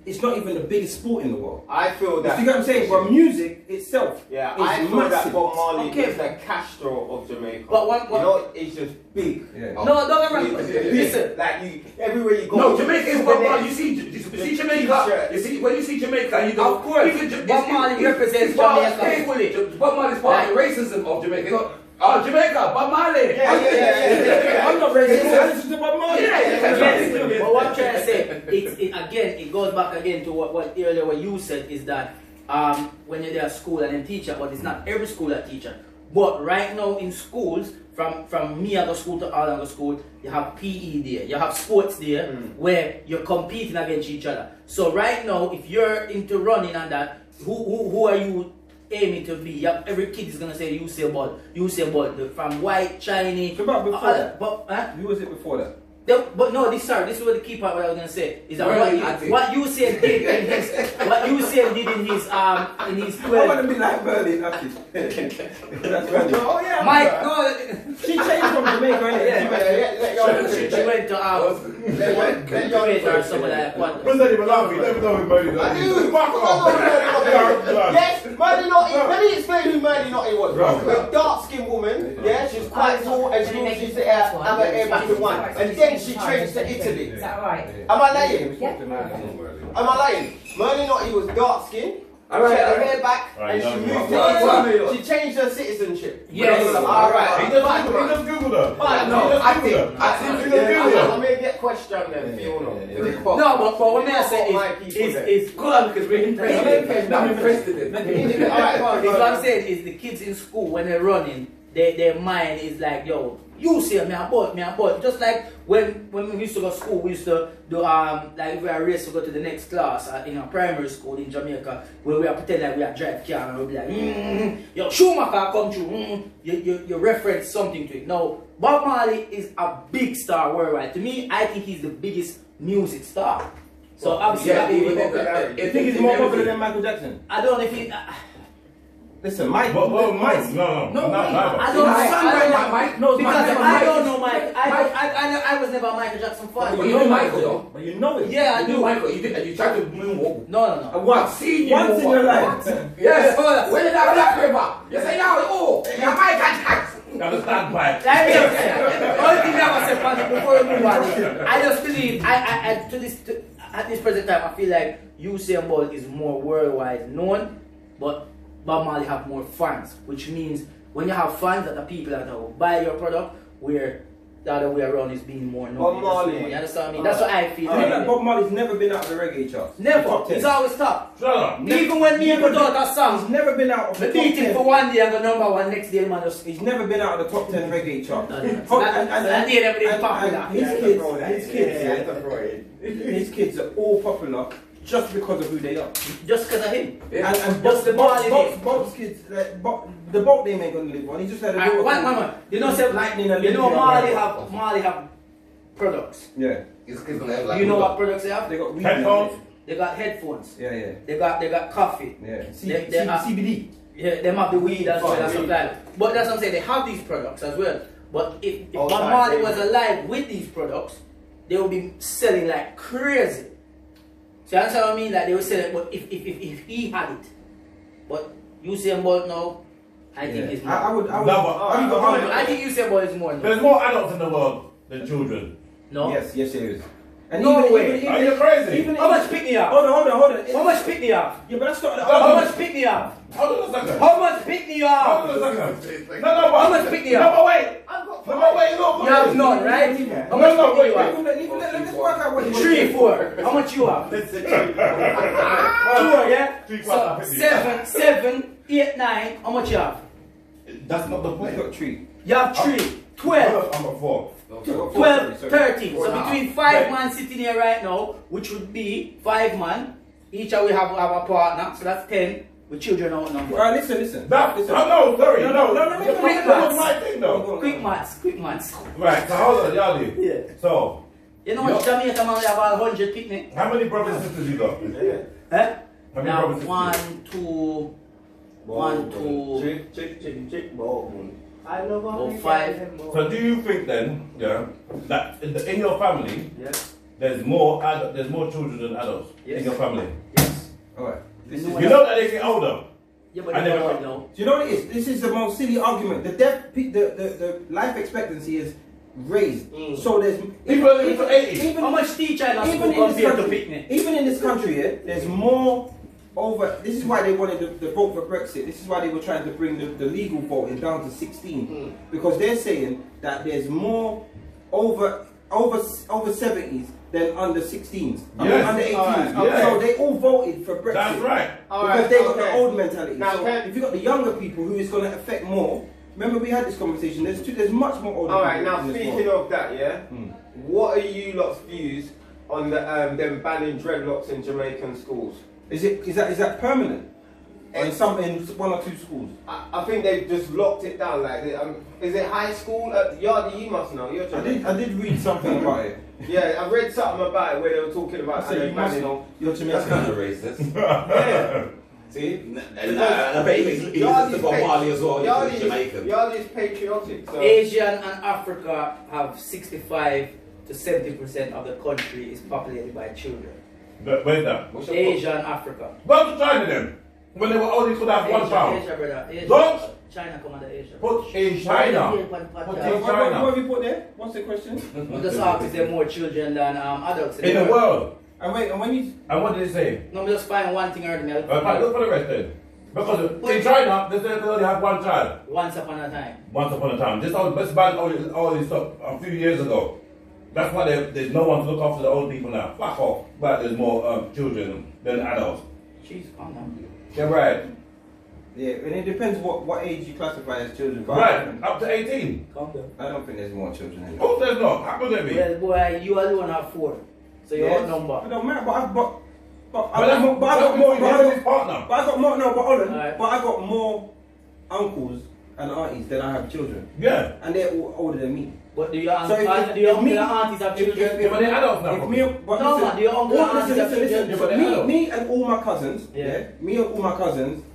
Speaker 5: it's not even the biggest sport in the world.
Speaker 2: I feel
Speaker 5: You
Speaker 2: that.
Speaker 5: see what I'm saying? But music itself
Speaker 2: Yeah,
Speaker 5: is
Speaker 2: I feel
Speaker 5: massive.
Speaker 2: that Bob Marley
Speaker 3: Okay.
Speaker 2: is the Castro of Jamaica.
Speaker 3: But one- one-
Speaker 2: you know, it's just big.
Speaker 5: Yeah.
Speaker 3: No, don't get me wrong.
Speaker 2: It's big.
Speaker 3: Listen,
Speaker 2: like you, everywhere you go.
Speaker 6: No, Jamaica is Bob
Speaker 2: When
Speaker 6: Marley.
Speaker 2: they-
Speaker 6: You see, you see
Speaker 2: the
Speaker 6: Jamaica.
Speaker 2: t-shirt.
Speaker 6: You see when you see Jamaica, you go.
Speaker 3: Of course.
Speaker 6: you can ju-
Speaker 3: Bob
Speaker 6: it's-
Speaker 3: Marley
Speaker 6: it's-
Speaker 3: represents
Speaker 6: it's part of
Speaker 3: Jamaica
Speaker 6: it.
Speaker 3: fully.
Speaker 6: Ju- Bob Marley's part of the racism of Jamaica. You go, Oh, Jamaica, Bob Marley.
Speaker 2: Yeah, yeah, yeah, yeah, yeah, yeah.
Speaker 5: I'm not racist. I listen to Bob Marley.
Speaker 6: Yeah, yeah, yeah.
Speaker 3: yes, but what I'm trying to say, it, it again, it goes back again to what, what earlier what you said is that um, when you're there at school and then teacher, but it's not every school that teacher. But right now in schools, from from me I go school to all I go school, you have PE there, you have sports there, where you're competing against each other. So right now, if you're into running and that, who who, who are you? Aiming to be, yep. Every kid is gonna say Usain Bolt, Usain Bolt, the- from white, Chinese.
Speaker 5: What about before
Speaker 3: all-
Speaker 5: that?
Speaker 3: but, huh?
Speaker 5: Who was it before that?
Speaker 3: The- but no, this sorry, this is what the key part. What I was gonna say is that
Speaker 6: Where
Speaker 3: what
Speaker 6: are
Speaker 3: you,
Speaker 6: you at it?
Speaker 3: what you said did in his what you said did in his um in his
Speaker 5: I want
Speaker 3: twelve.
Speaker 5: to be like Berlin. That's it. That's Berlin.
Speaker 2: Oh yeah.
Speaker 3: Mike, no,
Speaker 5: She changed from Jamaica. innit?
Speaker 2: Yeah, yeah, yeah, let your
Speaker 3: she, she went to um
Speaker 2: let your- let your-
Speaker 3: Jamaica or something like that.
Speaker 4: Who's
Speaker 3: But
Speaker 4: that even laughing? Let me know who made it.
Speaker 2: I knew.
Speaker 4: Fuck off.
Speaker 2: Yes, Mandy Naughty. Let me explain who Mandy Naughty was.
Speaker 4: Right.
Speaker 2: A dark skinned woman. Yeah, she was quite tall and she was used to have her hair back in one. And then she changed to Italy.
Speaker 7: Is that right?
Speaker 2: Am I lying?
Speaker 7: Yeah.
Speaker 2: Am I lying? Mandy Naughty was dark skinned. She
Speaker 6: Alright,
Speaker 2: had her
Speaker 6: alright.
Speaker 2: hair back
Speaker 4: Alright,
Speaker 2: and she
Speaker 4: no,
Speaker 2: moved
Speaker 4: no,
Speaker 2: to
Speaker 6: no.
Speaker 2: Italy. She changed her citizenship.
Speaker 3: Yes.
Speaker 2: Alright.
Speaker 4: He just Googled her.
Speaker 2: But
Speaker 6: No,
Speaker 2: no,
Speaker 6: I think- I
Speaker 2: I
Speaker 6: think-
Speaker 2: think
Speaker 4: Yeah.
Speaker 2: I may get questioned then, Fiona.
Speaker 3: no, but but what may I say
Speaker 2: My
Speaker 3: is
Speaker 2: people
Speaker 3: is,
Speaker 2: there.
Speaker 3: is good because we're in
Speaker 6: President. No, I'm president.
Speaker 2: All right, go on,
Speaker 3: That's
Speaker 2: go
Speaker 3: what
Speaker 2: on.
Speaker 3: I'm saying is the kids in school when they're running, their their mind is like, yo, you say me about me about just like when when we used to go to school, we used to do um like if we are race to go to the next class uh, in our primary school in Jamaica where we are pretend like we are drive car and we'll be like, mm, yo, Schumacher come through, mm, you, you you reference something to it. Now Bob Marley is a big star worldwide. To me, I think he's the biggest music star. So obviously,
Speaker 6: Yeah,
Speaker 3: I think-
Speaker 6: even if- if-
Speaker 5: You
Speaker 6: if
Speaker 5: think he's more popular than Michael Jackson?
Speaker 3: I don't know if he. uh,
Speaker 5: Listen, Mike.
Speaker 4: Well, well,
Speaker 5: Mike.
Speaker 4: Mike. No, no,
Speaker 3: No,
Speaker 4: not
Speaker 3: wait,
Speaker 4: neither.
Speaker 3: I don't
Speaker 6: Mike,
Speaker 3: understand
Speaker 6: I
Speaker 3: why
Speaker 6: don't
Speaker 3: Mike,
Speaker 6: like Mike. No,
Speaker 3: because
Speaker 6: Mike-
Speaker 3: I
Speaker 6: Mike
Speaker 3: don't
Speaker 6: is-
Speaker 3: know Mike. I,
Speaker 6: Mike-
Speaker 3: I, I, I was never a Michael Jackson fan.
Speaker 6: But you know Michael, though.
Speaker 5: But you know it.
Speaker 3: Yeah, I
Speaker 6: I knew
Speaker 3: do.
Speaker 6: Michael. You did, and you tried to moonwalk.
Speaker 3: No, no, no.
Speaker 5: Once.
Speaker 6: I've seen you
Speaker 5: Once in your
Speaker 6: moonwalk.
Speaker 5: life.
Speaker 6: Yes. Where did that black river? You say now, oh, now Mike attacks.
Speaker 4: That was that bad.
Speaker 3: Like me, I said, only thing that was said Patrick, before we move on is, I just believe I, I, I to this to, at this present time I feel like Usain Bolt is more worldwide known, but Bob Marley have more fans, which means when you have fans that are people that will buy your product, where the other way around is being more known. It's just
Speaker 2: Bob Marley.
Speaker 3: known, You understand me? That's what I feel.
Speaker 5: I feel
Speaker 3: anyway.
Speaker 5: like Bob Marley's never been out of the reggae charts. Top
Speaker 3: Never.
Speaker 5: ten.
Speaker 3: He's always top.
Speaker 4: Shut up.
Speaker 3: Even when me and my daughter that
Speaker 5: He's
Speaker 3: song,
Speaker 5: never been out of
Speaker 3: we
Speaker 5: the top
Speaker 3: beat it for
Speaker 5: ten.
Speaker 3: one day and go number one. Next day, man, just
Speaker 5: He's never been out of the top ten reggae chart.
Speaker 3: No, no, no.
Speaker 5: Top-
Speaker 3: That-
Speaker 5: and- and-
Speaker 3: that did everything
Speaker 5: and-
Speaker 3: popular.
Speaker 5: and
Speaker 2: Yeah,
Speaker 5: His
Speaker 2: it's a
Speaker 5: kids,
Speaker 2: fraud, that
Speaker 5: his
Speaker 2: is.
Speaker 5: kids,
Speaker 2: Yeah, it's a fraud.
Speaker 5: his kids are all popular just because of who they are.
Speaker 3: just because of him.
Speaker 5: And, and
Speaker 3: Just
Speaker 5: Bob's,
Speaker 3: the
Speaker 5: Bob's,
Speaker 3: Marley
Speaker 5: Bob's,
Speaker 3: name.
Speaker 5: Bob's kids, like, Bob, the Bob name ain't gonna live on. He just had a
Speaker 3: And
Speaker 5: daughter.
Speaker 3: one mama, you know, say,
Speaker 5: Lightning and
Speaker 3: you know,
Speaker 5: Lizzie
Speaker 3: Marley
Speaker 5: and-
Speaker 3: have Marley have products.
Speaker 5: Yeah,
Speaker 6: His kids gonna have like.
Speaker 3: you know what products they
Speaker 5: they
Speaker 3: have?
Speaker 5: got weed.
Speaker 4: Headphones.
Speaker 3: They got headphones.
Speaker 5: Yeah, yeah,
Speaker 3: They got they got coffee.
Speaker 5: yeah. C-
Speaker 3: They- they
Speaker 5: C-
Speaker 3: are-
Speaker 5: CBD.
Speaker 3: Yeah, them have the weed as well
Speaker 2: Oh,
Speaker 3: as
Speaker 2: weed.
Speaker 3: stuff like that. But that's what I'm saying, they have these products as well. But if, if
Speaker 2: Oh,
Speaker 3: Bob
Speaker 2: right,
Speaker 3: Marley
Speaker 2: yeah.
Speaker 3: was alive with these products, they would be selling like crazy. So that's what I mean, like they would sell it, but if, if, if, if he had it. But Usain Bolt now, I think
Speaker 5: Yeah.
Speaker 3: it's more.
Speaker 5: I, I would, I would,
Speaker 4: No, but-
Speaker 5: I would, I would,
Speaker 3: I think Usain Bolt is more now.
Speaker 4: There's more adults in the world than children.
Speaker 3: No?
Speaker 5: Yes, yes, there is.
Speaker 3: No way.
Speaker 4: Are you crazy?
Speaker 3: How much pick they have?
Speaker 5: Hold on, hold on, hold on.
Speaker 3: How much pick they have?
Speaker 5: Yeah, but that's not.
Speaker 3: How much pick they have?
Speaker 4: Hold on a second.
Speaker 3: How much pick they
Speaker 4: Hold
Speaker 3: have?
Speaker 4: on a second. No, no, but.
Speaker 3: How much pick they
Speaker 4: No,
Speaker 3: have?
Speaker 4: but wait. No, but wait. Look.
Speaker 3: You have none, right? How much
Speaker 4: No, no,
Speaker 3: pick you
Speaker 4: wait,
Speaker 3: have?
Speaker 5: Let, let, let, let, us work out what
Speaker 3: Three, four. How much you have? Four, yeah?
Speaker 4: Three, four,
Speaker 3: So,
Speaker 4: five, six.
Speaker 3: seven, seven, eight, nine. How much you have?
Speaker 4: That's not the point.
Speaker 5: He's got three.
Speaker 3: You have three. Twelve.
Speaker 4: I'm at four.
Speaker 3: Twelve,
Speaker 5: sorry, sorry.
Speaker 3: thirteen. So
Speaker 6: Wow.
Speaker 3: between five
Speaker 4: Right.
Speaker 3: man sitting here right now, which would be five man, each of we have, have a partner, so that's ten, with children outnumbered.
Speaker 5: Alright, listen, listen.
Speaker 4: That,
Speaker 5: listen.
Speaker 4: oh, no, sorry.
Speaker 5: No, no, no, no,
Speaker 4: The
Speaker 5: no, no,
Speaker 4: point-
Speaker 3: no,
Speaker 4: That
Speaker 3: no.
Speaker 4: was my thing, though.
Speaker 3: Quick maths, quick maths.
Speaker 4: Right, so hold on, Yali.
Speaker 3: Yeah.
Speaker 4: So,
Speaker 3: You know what
Speaker 4: Yeah.
Speaker 3: Jamaica man we have a hundred picnic?
Speaker 4: how many brothers and sisters you got?
Speaker 2: Yeah.
Speaker 3: Huh?
Speaker 4: How many
Speaker 3: Now
Speaker 4: brothers and sisters?
Speaker 3: one, two, one, two,
Speaker 2: Chick, chick, chick, chick, ball. I love
Speaker 3: all Oh, five. them
Speaker 4: So do you think then, yeah, that in, the, in your family
Speaker 3: yes,
Speaker 4: there's more ad, there's more children than adults
Speaker 3: Yes.
Speaker 4: in your family?
Speaker 3: yes.
Speaker 5: Alright. This is,
Speaker 3: You
Speaker 4: You know that they get older.
Speaker 3: Yeah, but
Speaker 4: I
Speaker 3: you know
Speaker 4: never-
Speaker 3: what now?
Speaker 5: do you know what it is? This is the most silly argument. The death, pe- the, the, the life expectancy is raised.
Speaker 2: Mm.
Speaker 5: So there's
Speaker 4: People are living to 80.
Speaker 5: Even,
Speaker 3: How much teacher in a
Speaker 5: even
Speaker 3: school
Speaker 5: in this
Speaker 3: compared to
Speaker 5: country-
Speaker 3: picnic?
Speaker 5: Even in this country, yeah, there's more over. This is why they wanted the, the vote for Brexit. This is why they were trying to bring the, the legal voting down to 16,
Speaker 2: Hmm.
Speaker 5: because they're saying that there's more over over over 70s than under 16s, I mean,
Speaker 4: Yes.
Speaker 5: under 18s.
Speaker 4: Alright, okay.
Speaker 5: So they all voted for Brexit.
Speaker 4: That's right.
Speaker 5: Because they got the old mentality.
Speaker 2: Now,
Speaker 5: so
Speaker 2: can-
Speaker 5: if you got the younger people who it's going to affect more, remember we had this conversation. There's two, there's much more older.
Speaker 2: All right,
Speaker 5: people
Speaker 2: now
Speaker 5: in this
Speaker 2: speaking
Speaker 5: world. Hmm.
Speaker 2: of that, yeah, what are you lot's views on the um, them banning dreadlocks in Jamaican schools?
Speaker 5: is it is that is that permanent? Or in some in one or two schools.
Speaker 2: I, I think they've just locked it down. Like, they- um, is it high school? Uh, Yardi, you must know. You're
Speaker 5: I did,
Speaker 2: Jamaican.
Speaker 5: I did read something about it.
Speaker 2: Yeah, I read something about it where they were talking about.
Speaker 5: I said, you
Speaker 2: them
Speaker 5: must
Speaker 2: banning-
Speaker 5: know, you're Jamaican.
Speaker 6: That's kind of racist.
Speaker 2: Yeah. See.
Speaker 6: And I bet he's
Speaker 2: Yardi's
Speaker 6: racist about
Speaker 2: patri-
Speaker 6: Marley as well. He's
Speaker 2: Yardi's-
Speaker 6: Jamaican.
Speaker 2: Yardi's patriotic. So.
Speaker 3: Asian and Africa have 65 to 70 percent of the country is populated by children.
Speaker 4: But where's that?
Speaker 6: What's your
Speaker 3: Asia and Africa.
Speaker 4: Go to China then. When they were old, they could have one
Speaker 3: Asia,
Speaker 4: child.
Speaker 3: Asia, brother. Asia.
Speaker 4: Don't-
Speaker 3: China come under Asia.
Speaker 4: Put in China. Put in
Speaker 5: What, what, what
Speaker 4: China.
Speaker 5: have you put there? What's the question?
Speaker 3: I'm just asking there are more children than um, adults
Speaker 4: In the world.
Speaker 5: And wait, and when you
Speaker 4: And what did they say?
Speaker 3: No, me just find one thing or the other.
Speaker 4: Uh, right, look for the rest then. Because in China, they said they only have one child.
Speaker 3: Once upon a time.
Speaker 4: Once upon a time. This all this band all this, all this stuff a few years ago. That's why there, there's no one to look after the old people now. Fuck off. But there's more um, children than adults.
Speaker 3: Jeez, calm down.
Speaker 4: Yeah, right.
Speaker 5: Yeah, and it depends what, what age you classify as children. but I
Speaker 4: Right.
Speaker 5: don't-
Speaker 4: Up to 18.
Speaker 3: Calm down.
Speaker 5: I don't think there's more children in
Speaker 4: Oh, there's not. How could there be?
Speaker 3: Well, boy, you alone have four. So you're
Speaker 5: Yes.
Speaker 3: outnumbered.
Speaker 5: It don't matter, but I've got but
Speaker 4: But
Speaker 5: I got
Speaker 4: that's-
Speaker 5: more but I
Speaker 4: that's
Speaker 5: got more
Speaker 4: between
Speaker 5: but I
Speaker 4: him and his
Speaker 5: got,
Speaker 4: partner.
Speaker 5: but I got more no but hold on,
Speaker 3: Alright.
Speaker 5: but I got more uncles and aunties than I have children.
Speaker 4: Yeah.
Speaker 5: And they're all older than me.
Speaker 3: But do your, aunt,
Speaker 5: So if-
Speaker 3: do your
Speaker 5: if me-
Speaker 3: uncle and aunties have
Speaker 5: if-
Speaker 3: children?
Speaker 4: Yeah, but they're adults now.
Speaker 5: If me, but
Speaker 3: No,
Speaker 5: listen,
Speaker 3: man, your uncle
Speaker 5: all-
Speaker 3: and aunties
Speaker 5: listen,
Speaker 3: have
Speaker 5: listen,
Speaker 3: children.
Speaker 4: Yeah, but they're
Speaker 5: listen,
Speaker 4: adults.
Speaker 5: me, me and all my cousins,
Speaker 3: Yeah.
Speaker 5: yeah. me and all my cousins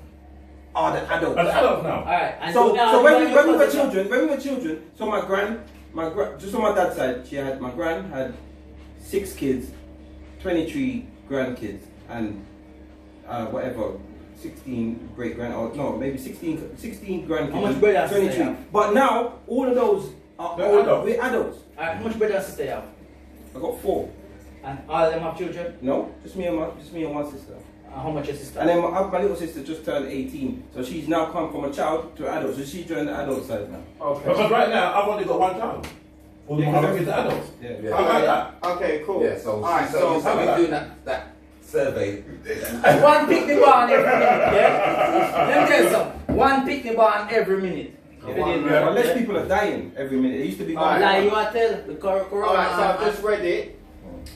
Speaker 5: are the adults.
Speaker 4: As adults now.
Speaker 3: Alright. and
Speaker 5: So,
Speaker 3: now
Speaker 5: so
Speaker 3: you
Speaker 5: when
Speaker 3: and
Speaker 5: we,
Speaker 3: your
Speaker 5: when we were
Speaker 3: cousins-
Speaker 5: children, when we were children, so my grand, my gra- just on my dad's side, she had my grand had six kids, twenty three grandkids, and uh, whatever, sixteen great grand or no maybe 16, 16 grandkids.
Speaker 3: How much brothers
Speaker 5: Twenty
Speaker 3: they
Speaker 5: three.
Speaker 3: have?
Speaker 5: But now all of those are
Speaker 4: They're
Speaker 5: all,
Speaker 4: adults.
Speaker 5: we're adults.
Speaker 3: Alright, how much brother and sister you have?
Speaker 5: I got four.
Speaker 3: And all of them have children?
Speaker 5: No, just me and my just me and one sister.
Speaker 3: And how much your sister?
Speaker 5: And then my, my little sister just turned 18, so she's now come from a child to an adult, so she joined the adult side now.
Speaker 2: Okay.
Speaker 4: Because right now, I've only got one child. Or the
Speaker 5: Yeah,
Speaker 4: one
Speaker 5: 'cause
Speaker 4: that gives the adults.
Speaker 5: Yeah.
Speaker 6: Yeah.
Speaker 4: How about that?
Speaker 2: Okay, cool.
Speaker 6: Yeah, so,
Speaker 2: Alright,
Speaker 6: so,
Speaker 2: so,
Speaker 6: so
Speaker 4: how
Speaker 6: we're
Speaker 4: about
Speaker 6: doing that, that survey.
Speaker 3: One picnic bar on every minute, yeah? Let me tell you something. One picnic bar on every minute.
Speaker 5: But less people are dying every minute. It used to be
Speaker 2: Alright.
Speaker 3: Like you are tell the cor- corona.
Speaker 2: Alright, so I've just read it.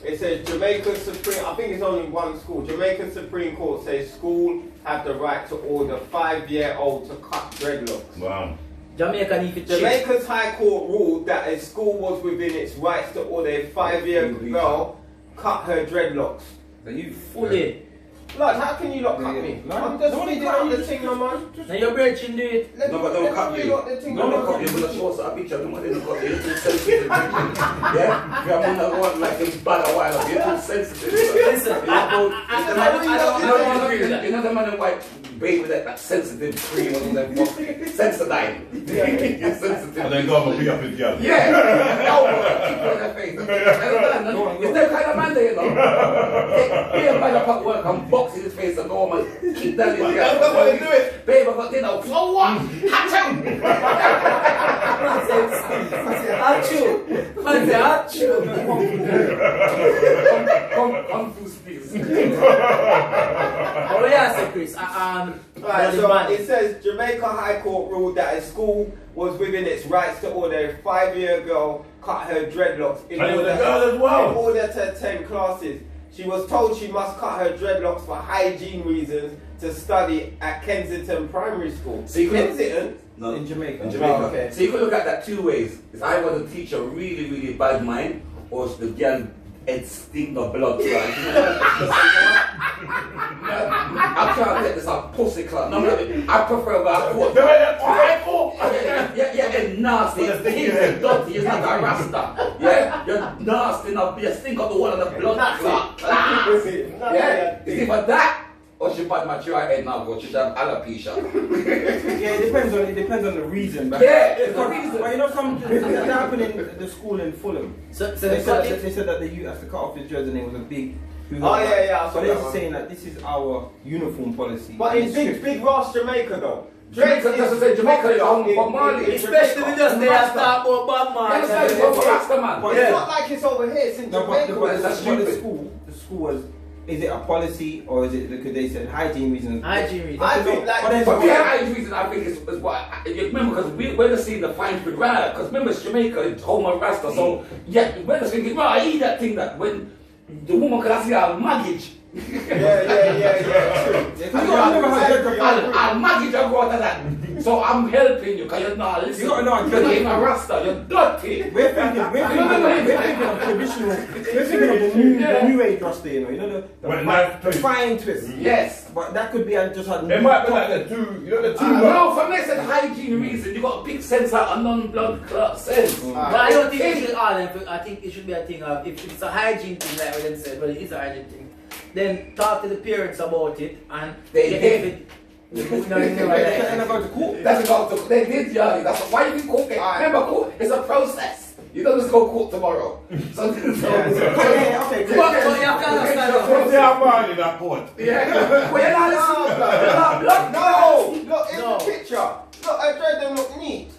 Speaker 2: It says Jamaican Supreme, I think it's only one school. Jamaican Supreme Court says school have the right to order five year old to cut dreadlocks.
Speaker 4: Wow.
Speaker 3: Jamaica need to check.
Speaker 2: Jamaica's High Court ruled that a school was within its rights to order a five year girl cut her dreadlocks.
Speaker 5: The youth.
Speaker 3: Fully.
Speaker 2: Lord, how can you not cut
Speaker 5: Yeah,
Speaker 2: me?
Speaker 5: no,
Speaker 2: I'm just
Speaker 5: no,
Speaker 2: reading
Speaker 5: no,
Speaker 2: out
Speaker 5: you
Speaker 2: the thing, my man.
Speaker 3: Now you're breaching do it.
Speaker 2: Let
Speaker 6: No,
Speaker 2: me-
Speaker 6: but
Speaker 2: let
Speaker 6: they'll
Speaker 2: me
Speaker 6: cut
Speaker 2: read
Speaker 6: you.
Speaker 2: out the thing,
Speaker 6: No,
Speaker 2: my
Speaker 6: they'll
Speaker 2: man.
Speaker 6: cut you with a short side picture. The money they got, they're too sensitive. Yeah? Yeah, I'm not going like this bad a while. They're too sensitive.
Speaker 3: Listen,
Speaker 6: You know,
Speaker 3: I
Speaker 6: the
Speaker 3: don't-
Speaker 6: man-
Speaker 3: I don't-
Speaker 6: you know the
Speaker 3: I don't
Speaker 6: man-
Speaker 3: agree with that.
Speaker 6: You know the man in white baby with that, that sensitive cream on them, Sensodyne. Yeah, sensitive.
Speaker 4: And then God will be up his girl.
Speaker 6: Yeah, no, keep it in their face. And the man, It's that kind of man there, you know. Take- Be a man up at work and box in his face and go home and kick down his ear.
Speaker 4: that's not what they do it. Mm.
Speaker 6: Babe, I got dinner. So what? Hatching!
Speaker 3: Achoo. Man say achoo.
Speaker 6: Come, come through space.
Speaker 3: But what you say, Chris? I, um,
Speaker 2: Right,
Speaker 3: body
Speaker 2: so
Speaker 3: man.
Speaker 2: it says Jamaica High Court ruled that a school was within its rights to order a five-year girl cut her dreadlocks in
Speaker 4: And it was
Speaker 2: order,
Speaker 4: a girl as well.
Speaker 2: in order to attend classes. She was told she must cut her dreadlocks for hygiene reasons to study at Kensington Primary School.
Speaker 6: So you could-
Speaker 2: Kensington?
Speaker 6: No.
Speaker 5: In Jamaica.
Speaker 6: In Jamaica.
Speaker 2: Oh, okay.
Speaker 6: So you could look at that two ways. It's either the teacher really, really bad mind, or it's the girl and stink of blood. right? I'm trying to get this out pussy club. No, no, I prefer that. I
Speaker 4: They're like, "Oh, I call."
Speaker 6: yeah, yeah, yeah, and nasty.
Speaker 4: But the thing
Speaker 6: Things
Speaker 4: is-
Speaker 6: and dirty. It's like a rasta. Yeah, you're nasty enough. You stink of the water and the blood. Clot, clot. Yeah, it's either that or she bad mature head now, or she should have alopecia.
Speaker 5: Yeah, it depends on it depends on the reason. But
Speaker 6: Yeah, it's the
Speaker 5: Because-
Speaker 6: reason.
Speaker 5: But you know, some that happened in the school in Fulham.
Speaker 3: So, so
Speaker 5: They
Speaker 3: the
Speaker 5: said that
Speaker 3: college,
Speaker 5: they said that the youth has to cut off his dreads and it was a big.
Speaker 2: Oh, yeah, yeah, I saw that
Speaker 5: But this is
Speaker 2: one.
Speaker 5: saying that this is our uniform policy.
Speaker 2: But in
Speaker 5: It's
Speaker 2: big,
Speaker 5: strict.
Speaker 2: big Ross, Jamaica though.
Speaker 6: Jamaica, that's what I said, Jamaica,
Speaker 2: popular
Speaker 6: you're on
Speaker 2: in-
Speaker 6: Bob Marley.
Speaker 2: in- in
Speaker 3: especially
Speaker 2: Jamaica.
Speaker 3: with us, they are start about Bob
Speaker 6: You understand?
Speaker 3: Marley.
Speaker 6: It's over rasta man.
Speaker 2: But
Speaker 5: Yeah.
Speaker 2: it's not like it's over here, it's in
Speaker 5: No, but,
Speaker 2: Jamaica.
Speaker 5: but,
Speaker 2: where
Speaker 5: but
Speaker 2: it's
Speaker 5: the,
Speaker 6: that's
Speaker 5: but the
Speaker 6: stupid.
Speaker 5: school, the school was. Is it a policy or is it because they said hygiene reasons?
Speaker 3: Hygiene reasons.
Speaker 2: I think like-
Speaker 5: but there's
Speaker 6: But
Speaker 5: a-
Speaker 6: the only reason I think is, is why, you remember, because we, we're just seeing the fine print right Because remember, it's Jamaica, it's home of Rasta, so yeah, we're just thinking, right, I eat that thing that when the woman can ask you, I'll maggage.
Speaker 2: Yeah, yeah, yeah, yeah. true.
Speaker 5: I don't remember how
Speaker 2: Exactly.
Speaker 5: dread got-
Speaker 6: I'll, I'll maggage your water that. So I'm helping you, because you're not listening.
Speaker 5: You don't know, I'm
Speaker 6: You're not
Speaker 5: joking.
Speaker 6: even a Rasta, you're dirty.
Speaker 5: We're thinking, we're thinking, we're thinking of traditional, we're thinking of the new, the new age roster, you know, you know, the, the,
Speaker 4: Well,
Speaker 5: fi-
Speaker 4: knife
Speaker 5: the
Speaker 4: twist.
Speaker 5: fine twist.
Speaker 2: Mm-hmm.
Speaker 6: Yes.
Speaker 5: But that could be uh, just a
Speaker 4: It might be like the two, you know, the two.
Speaker 6: Uh,
Speaker 4: words.
Speaker 6: no, for me, it's a hygiene reason. you got a big sense out of non blood clot sense.
Speaker 3: But I don't think it should all them. I think it should be a thing of if it's a hygiene thing, like what them said, well, it is a hygiene thing. Then talk to the parents about it and
Speaker 6: They
Speaker 3: get
Speaker 6: did.
Speaker 3: it. No, you know,
Speaker 5: Like, and I
Speaker 3: like-
Speaker 5: go to court.
Speaker 6: That's about the, they did yeah, that's why you cook it. Remember cook it's a process. You don't just go cook tomorrow. So,
Speaker 5: Okay, okay,
Speaker 3: But-
Speaker 5: cool.
Speaker 3: but you have to understand though,
Speaker 4: Put their mind in that port.
Speaker 6: yeah. Well, you're not listening. You're not blood.
Speaker 2: No! Look, in
Speaker 3: No.
Speaker 2: the picture. Look, I dread them look neat.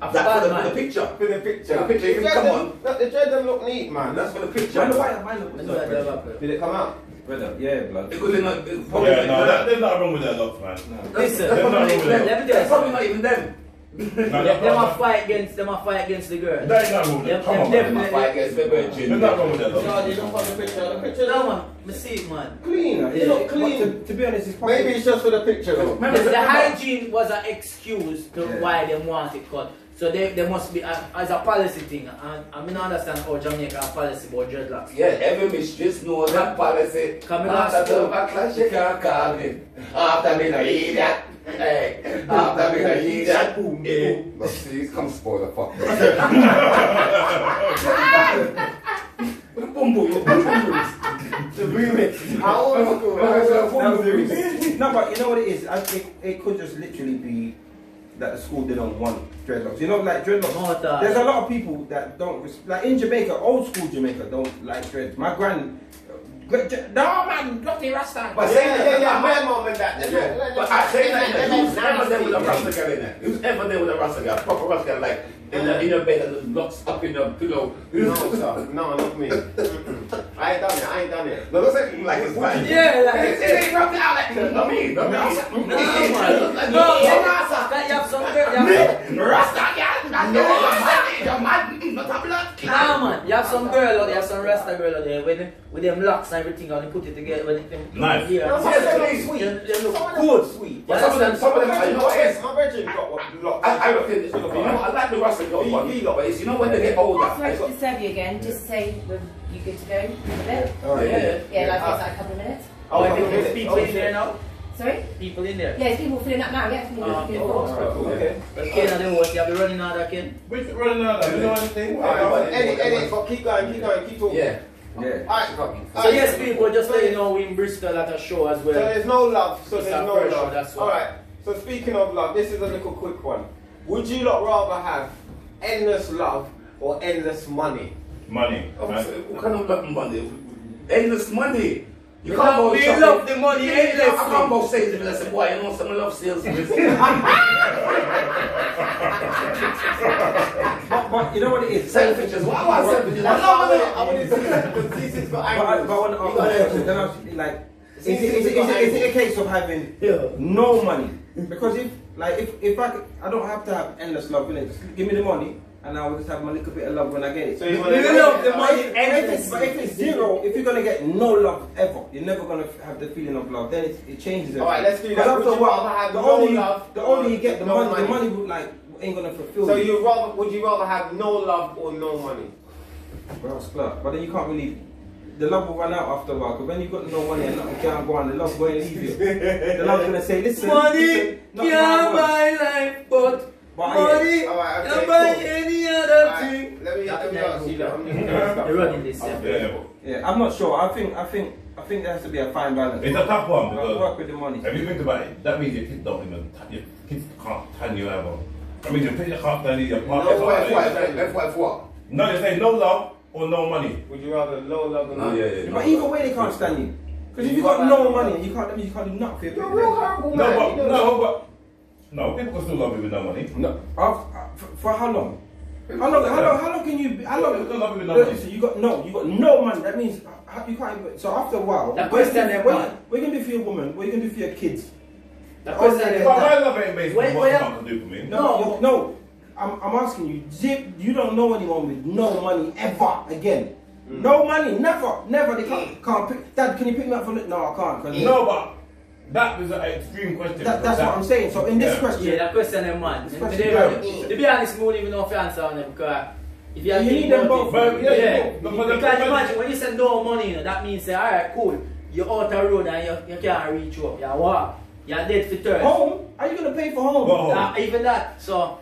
Speaker 3: a
Speaker 6: That's
Speaker 3: bad
Speaker 6: for the, for
Speaker 3: man.
Speaker 6: the picture.
Speaker 2: For the picture.
Speaker 6: The picture,
Speaker 2: The
Speaker 6: even
Speaker 2: dread
Speaker 6: come
Speaker 2: them-
Speaker 6: on.
Speaker 2: Look, the dread them look neat, man.
Speaker 6: That's for the
Speaker 5: Why the
Speaker 6: picture.
Speaker 5: white, why the
Speaker 3: I
Speaker 5: what's
Speaker 3: know that
Speaker 5: up,
Speaker 3: they're bad.
Speaker 2: Did it come out?
Speaker 5: brother? Yeah, blood.
Speaker 6: It could not- it's probably
Speaker 4: Yeah, no, that,
Speaker 6: not even them.
Speaker 4: there's nothing wrong with their locks, man.
Speaker 3: Listen,
Speaker 6: That's probably not even
Speaker 3: let
Speaker 6: them.
Speaker 3: me tell you
Speaker 6: That's probably
Speaker 3: something.
Speaker 6: not even them.
Speaker 4: No,
Speaker 3: Them them a
Speaker 4: that-
Speaker 3: fight against them a fight against the girl.
Speaker 4: that ain't nothing wrong with
Speaker 3: Them-
Speaker 4: it. Come
Speaker 3: them
Speaker 4: on, man.
Speaker 3: definitely-
Speaker 6: My fight against Virgin.
Speaker 4: There's nothing wrong with their locks.
Speaker 2: No, they don't want the picture. The picture
Speaker 3: No man, me see it man.
Speaker 5: Clean,
Speaker 2: Yeah.
Speaker 5: it's not clean.
Speaker 2: But
Speaker 5: To, to be honest, it's probably
Speaker 2: Maybe it's just for the picture though.
Speaker 6: Remember,
Speaker 3: The, the
Speaker 6: remember-
Speaker 3: hygiene was an excuse to
Speaker 5: Yeah.
Speaker 3: why they want it cut. So they, they must be uh, as a policy thing. And I mean, I understand how Jamaica have policy about dreadlocks.
Speaker 6: Yeah, every mistress knows that policy.
Speaker 3: Come in
Speaker 6: after
Speaker 3: last
Speaker 6: the
Speaker 3: school.
Speaker 6: backlash, you can't call me. After me, no hear that. Hey, after me, no hear that. Eh, But please come spoil the fuck. Boom, boom, boom, boom, boom.
Speaker 2: The remix. I old school. I old school.
Speaker 5: That was the reason. no, but you know what it is? I, it, it could just literally be that the school didn't want dreadlocks. You know, like dreadlocks.
Speaker 3: Mortar.
Speaker 5: There's a lot of people that don't res- like in Jamaica. Old school Jamaica don't like dreads. My grand Great Ja- no man, not the Rasta.
Speaker 6: But saying
Speaker 2: Yeah,
Speaker 6: that,
Speaker 2: yeah, yeah.
Speaker 6: I'm-
Speaker 2: My mom and that.
Speaker 6: Yeah, but I say that, that who's ever there with a rasta girl in there? Who's ever there with a rasta girl? Proper rasta girl, like in the in your bed and just locks up in the pillow.
Speaker 2: No,
Speaker 6: Who's
Speaker 2: sir. No, not me. Mm-mm. I ain't done it. I ain't done it.
Speaker 6: No, don't say it like it's fine.
Speaker 3: Yeah, like-
Speaker 6: it, it ain't rubbed out like that. I mean, no, rasta. No,
Speaker 3: that you have some girl, you have,
Speaker 6: Rasta girl, that's the one. You're mad, mm, not a blood
Speaker 3: nah man, you have some girl out there, you have some rasta girl out there with them, with them locks and everything and they put it together with them.
Speaker 4: Nice.
Speaker 3: Yeah,
Speaker 2: No, some of them ain't sweet.
Speaker 3: They- they look
Speaker 2: Some of them
Speaker 3: good.
Speaker 2: are sweet.
Speaker 3: Yeah,
Speaker 6: Some of them, some of them,
Speaker 2: My
Speaker 6: you know what it is?
Speaker 2: virgin- my virgin got what locked.
Speaker 6: I, I reckon, you know, I like the rasta girl one, but it's, you know, when they get older, I
Speaker 7: Sorry to
Speaker 6: got,
Speaker 7: disturb you again, just say when you good to go in a bit.
Speaker 5: Alright.
Speaker 6: yeah.
Speaker 7: Yeah, like it's like a couple of minutes.
Speaker 2: Oh,
Speaker 3: Oh, I
Speaker 2: okay.
Speaker 3: think there's people in there now.
Speaker 7: Sorry?
Speaker 3: People in there.
Speaker 7: Yeah, it's people filling up now, yeah. it's
Speaker 3: Um,
Speaker 7: good.
Speaker 2: Okay.
Speaker 3: Ken and them what? You have been running out of Ken?
Speaker 4: Which running out of? You know what I'm saying?
Speaker 2: Edit, edit, but keep going, keep going, keep talking.
Speaker 6: Yeah.
Speaker 5: Yeah.
Speaker 2: Alright.
Speaker 6: Ah,
Speaker 3: So
Speaker 2: alright.
Speaker 3: yes, people, just let you
Speaker 2: So
Speaker 3: know we in Bristol at a show as well.
Speaker 2: there's no love, so
Speaker 3: It's
Speaker 2: there's
Speaker 3: our
Speaker 2: no
Speaker 3: pressure,
Speaker 2: love.
Speaker 3: that's why.
Speaker 2: Alright, so speaking of love, this is a little quick one. Would you lot rather have endless love or endless money?
Speaker 4: Money.
Speaker 6: Oh,
Speaker 4: right?
Speaker 6: so What kind of love money? Endless money. You
Speaker 3: Because
Speaker 6: can't go
Speaker 3: we
Speaker 6: shopping.
Speaker 3: love the money
Speaker 6: Yeah, yeah, I
Speaker 3: endlessly.
Speaker 6: can't go sales and I say, boy, you know some love sales. Say
Speaker 5: But, Uh, but you know what it is?
Speaker 6: pictures. What I want pictures. I
Speaker 2: I
Speaker 6: love
Speaker 2: want
Speaker 6: it.
Speaker 2: to, I want to see this, this got
Speaker 5: But I, but I
Speaker 2: angles.
Speaker 5: want to ask the question, then I'll be like, is it, is, it, is, it, is it a case of having
Speaker 3: Yeah.
Speaker 5: no money? Because if, like, if, if I, c- I don't have to have endless love, innit? Just give me the money, and I will just have my little bit of love when I get it.
Speaker 2: So you
Speaker 5: But
Speaker 2: want
Speaker 3: You love the money
Speaker 5: if- but if it's- But if
Speaker 3: endlessly.
Speaker 5: it's zero, if you're gonna get no love ever, you're never gonna f- have the feeling of love. Then it, it changes. everything.
Speaker 2: Alright, let's do that.
Speaker 5: Because after
Speaker 2: Would
Speaker 5: a
Speaker 2: you
Speaker 5: while,
Speaker 2: rather have
Speaker 5: the
Speaker 2: no
Speaker 5: only
Speaker 2: love
Speaker 5: the
Speaker 2: or
Speaker 5: only you get the
Speaker 2: no
Speaker 5: money,
Speaker 2: money?
Speaker 5: the money would, like ain't gonna fulfill
Speaker 2: So
Speaker 5: you.
Speaker 2: you rather, would you rather have no love or no money?
Speaker 5: Bro, it's clerk. But then you can't really. The love will run out after a while. Because when you got no money and nothing can't go on, the love won't leave you. The love's gonna say, listen.
Speaker 3: Money
Speaker 5: listen, not
Speaker 3: can't
Speaker 5: my one.
Speaker 3: buy life, but
Speaker 5: Buy
Speaker 3: money
Speaker 5: it.
Speaker 2: Alright, okay,
Speaker 3: can buy
Speaker 2: cool.
Speaker 3: any other thing.
Speaker 2: Alright, let me, let me
Speaker 3: That's
Speaker 2: ask you that. I'm just
Speaker 3: They're running this.
Speaker 4: Yeah,
Speaker 3: Yeah.
Speaker 4: yeah.
Speaker 5: Yeah, I'm not sure. I think I think I think there has to be a fine balance.
Speaker 4: It's a tough one
Speaker 5: I'll
Speaker 4: because
Speaker 5: work with the money.
Speaker 4: if you think about it, that means your kids don't even, your kids can't turn you ever. I mean, your kids can't turn you, your partner
Speaker 2: No,
Speaker 4: can't
Speaker 2: wait,
Speaker 4: turn you.
Speaker 2: wait.
Speaker 6: F what?
Speaker 4: No, they say no love or no money.
Speaker 2: Would you rather no love or no
Speaker 6: No,
Speaker 2: money?
Speaker 6: yeah, yeah.
Speaker 5: But either way, they can't stand you. Because if you got no money, you can't. That means you can't do nothing for your
Speaker 2: You're
Speaker 5: baby
Speaker 2: a real
Speaker 5: daddy.
Speaker 2: horrible man.
Speaker 4: No, but,
Speaker 2: you know that.
Speaker 4: no, but, no, people can still love you with no money.
Speaker 5: No. After, for, Uh, for how long? How long? How long? How long can you? be- How long?
Speaker 4: You can love with no
Speaker 5: No,
Speaker 4: money.
Speaker 5: so you got no, you got no money. That means uh, you can't. Even, so after a while,
Speaker 3: That
Speaker 5: what
Speaker 3: question
Speaker 5: you,
Speaker 3: them
Speaker 5: what,
Speaker 3: man.
Speaker 5: what you gonna do for your woman? What you gonna do for your kids?
Speaker 3: That
Speaker 5: All
Speaker 3: was
Speaker 5: that
Speaker 4: But
Speaker 5: is-
Speaker 3: that.
Speaker 4: my love ain't based
Speaker 3: Wait,
Speaker 4: on what
Speaker 3: wait.
Speaker 4: someone can do for me.
Speaker 5: No, you- no. I'm, I'm asking you. Zip, you don't know anyone with no money ever again. No money, never, never. They can't. Can't pick. Dad, can you pick me up from? the-" No, I can't. 'cause-
Speaker 4: No, but that is an extreme question.
Speaker 5: That, that's what I'm saying. So in this
Speaker 4: Yeah.
Speaker 5: question,
Speaker 3: Yeah, that question them man.
Speaker 5: This
Speaker 3: And
Speaker 5: question
Speaker 3: they-
Speaker 5: them.
Speaker 3: To be honest, we won't even know if you answer on them because if you,
Speaker 5: You
Speaker 3: think
Speaker 5: need them
Speaker 3: about
Speaker 5: both,
Speaker 4: man.
Speaker 3: it-
Speaker 4: Yeah,
Speaker 3: Yeah,
Speaker 4: you know. No, but the-
Speaker 3: because imagine when you say no money, you know, that means say, alright, cool. You're out the road and you, you can't reach up. You're what? You're dead for thirst.
Speaker 5: home. How you gonna pay for home?
Speaker 4: Well,
Speaker 3: Nah, even that. So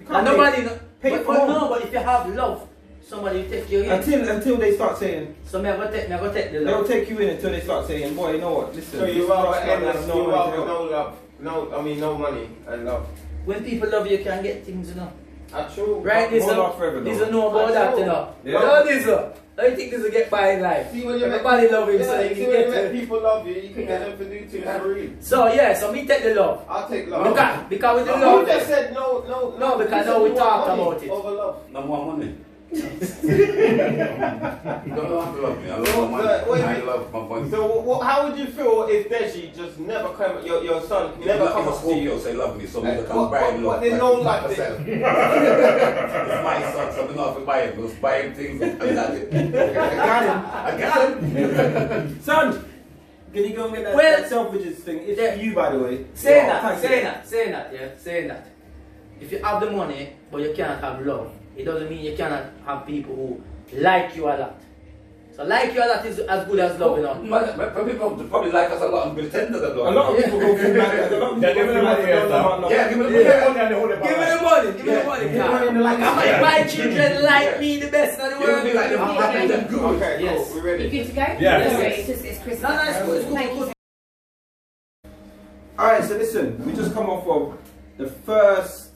Speaker 5: You can't
Speaker 3: and
Speaker 5: pay-
Speaker 3: nobody know.
Speaker 5: pay
Speaker 3: but,
Speaker 5: for
Speaker 3: but
Speaker 5: home.
Speaker 3: no, but if you have love, somebody will take you in.
Speaker 5: Until until they start saying
Speaker 3: so me I go take me I go take the
Speaker 5: they'll
Speaker 3: love.
Speaker 5: take you in until they start saying, boy, you know what? Listen,
Speaker 2: So you
Speaker 5: this
Speaker 2: rather
Speaker 5: last one,
Speaker 2: endless,
Speaker 5: no
Speaker 2: you
Speaker 5: money to
Speaker 2: rather
Speaker 5: help."
Speaker 2: no love, no, I mean no money and love.
Speaker 3: When people love you, you can get things, you know.
Speaker 2: Actual.
Speaker 3: Right? This
Speaker 5: Hold
Speaker 3: a-
Speaker 5: on forever,
Speaker 3: this
Speaker 5: though.
Speaker 3: a know about that, you know.
Speaker 5: Yeah.
Speaker 3: No, this a. Don't you think this will get by in life?
Speaker 2: See when you met,
Speaker 3: Everybody love him,
Speaker 2: yeah,
Speaker 3: so you
Speaker 2: see
Speaker 3: can
Speaker 2: when you
Speaker 3: get
Speaker 2: met
Speaker 3: it.
Speaker 2: people love you, you can get them to do things
Speaker 6: Yeah.
Speaker 2: for you.
Speaker 3: So yeah, so me take the love.
Speaker 2: I'll take love.
Speaker 3: Because, because with the
Speaker 2: No, you just
Speaker 3: love,
Speaker 2: said no, no,
Speaker 3: No, because
Speaker 2: You said
Speaker 3: now we
Speaker 2: you want
Speaker 3: talked
Speaker 2: money
Speaker 3: about it.
Speaker 2: Over love.
Speaker 6: No more money. you don't have to love me. I
Speaker 2: No,
Speaker 6: love my
Speaker 2: but wait
Speaker 6: money.
Speaker 2: a
Speaker 6: I
Speaker 2: minute.
Speaker 6: love my money.
Speaker 2: So, wh- wh- how would you feel if Deji just never came, your, your son
Speaker 6: If
Speaker 2: never
Speaker 6: I- if
Speaker 2: comes
Speaker 6: a
Speaker 2: to you?
Speaker 6: Scorpio say love me, so
Speaker 2: Like,
Speaker 6: we can
Speaker 2: what-
Speaker 6: buy
Speaker 2: what-
Speaker 6: him
Speaker 2: what
Speaker 6: love.
Speaker 2: they know like
Speaker 6: myself.
Speaker 2: this?
Speaker 6: It's my son, so we not to buy him. Just buy him things and that's it.
Speaker 5: I got
Speaker 6: I got him.
Speaker 5: him. Son, can you go and get that,
Speaker 3: Well-
Speaker 5: that selfridges thing? It's
Speaker 3: Yeah.
Speaker 5: for you, by the way.
Speaker 3: say
Speaker 5: Oh,
Speaker 3: that,
Speaker 5: thank
Speaker 3: say
Speaker 5: you.
Speaker 3: that, say that, yeah, say that. If you have the money, but you cannot have love, it doesn't mean you cannot have people who like you a lot. So like you a lot is as good as love, you know.
Speaker 6: But- but People probably like us a lot and pretend that they
Speaker 5: A
Speaker 6: love us.
Speaker 5: lot of people go through that. A lot of people
Speaker 4: Yeah, give
Speaker 5: go
Speaker 4: me
Speaker 5: through
Speaker 4: the
Speaker 5: that.
Speaker 4: money,
Speaker 5: They don't
Speaker 4: yeah,
Speaker 5: know about
Speaker 4: son.
Speaker 5: love.
Speaker 6: Yeah, give me
Speaker 4: Give me
Speaker 6: the
Speaker 4: the money and they hold it back.
Speaker 3: Give me the money, give me the money,
Speaker 5: Yeah.
Speaker 3: car.
Speaker 5: Yeah.
Speaker 3: Like, I make my children like me the best in the
Speaker 6: You would
Speaker 3: world.
Speaker 6: be like, I'm happy and good.
Speaker 2: Okay,
Speaker 3: Yes.
Speaker 2: cool, we
Speaker 7: You
Speaker 2: ready.
Speaker 7: good to go?
Speaker 4: Yeah.
Speaker 7: Sorry, it's just, it's Christmas.
Speaker 3: No, no, it's good, it's good,
Speaker 7: Thank
Speaker 3: it's
Speaker 7: you
Speaker 3: good.
Speaker 5: All right, so listen, we just come off of the first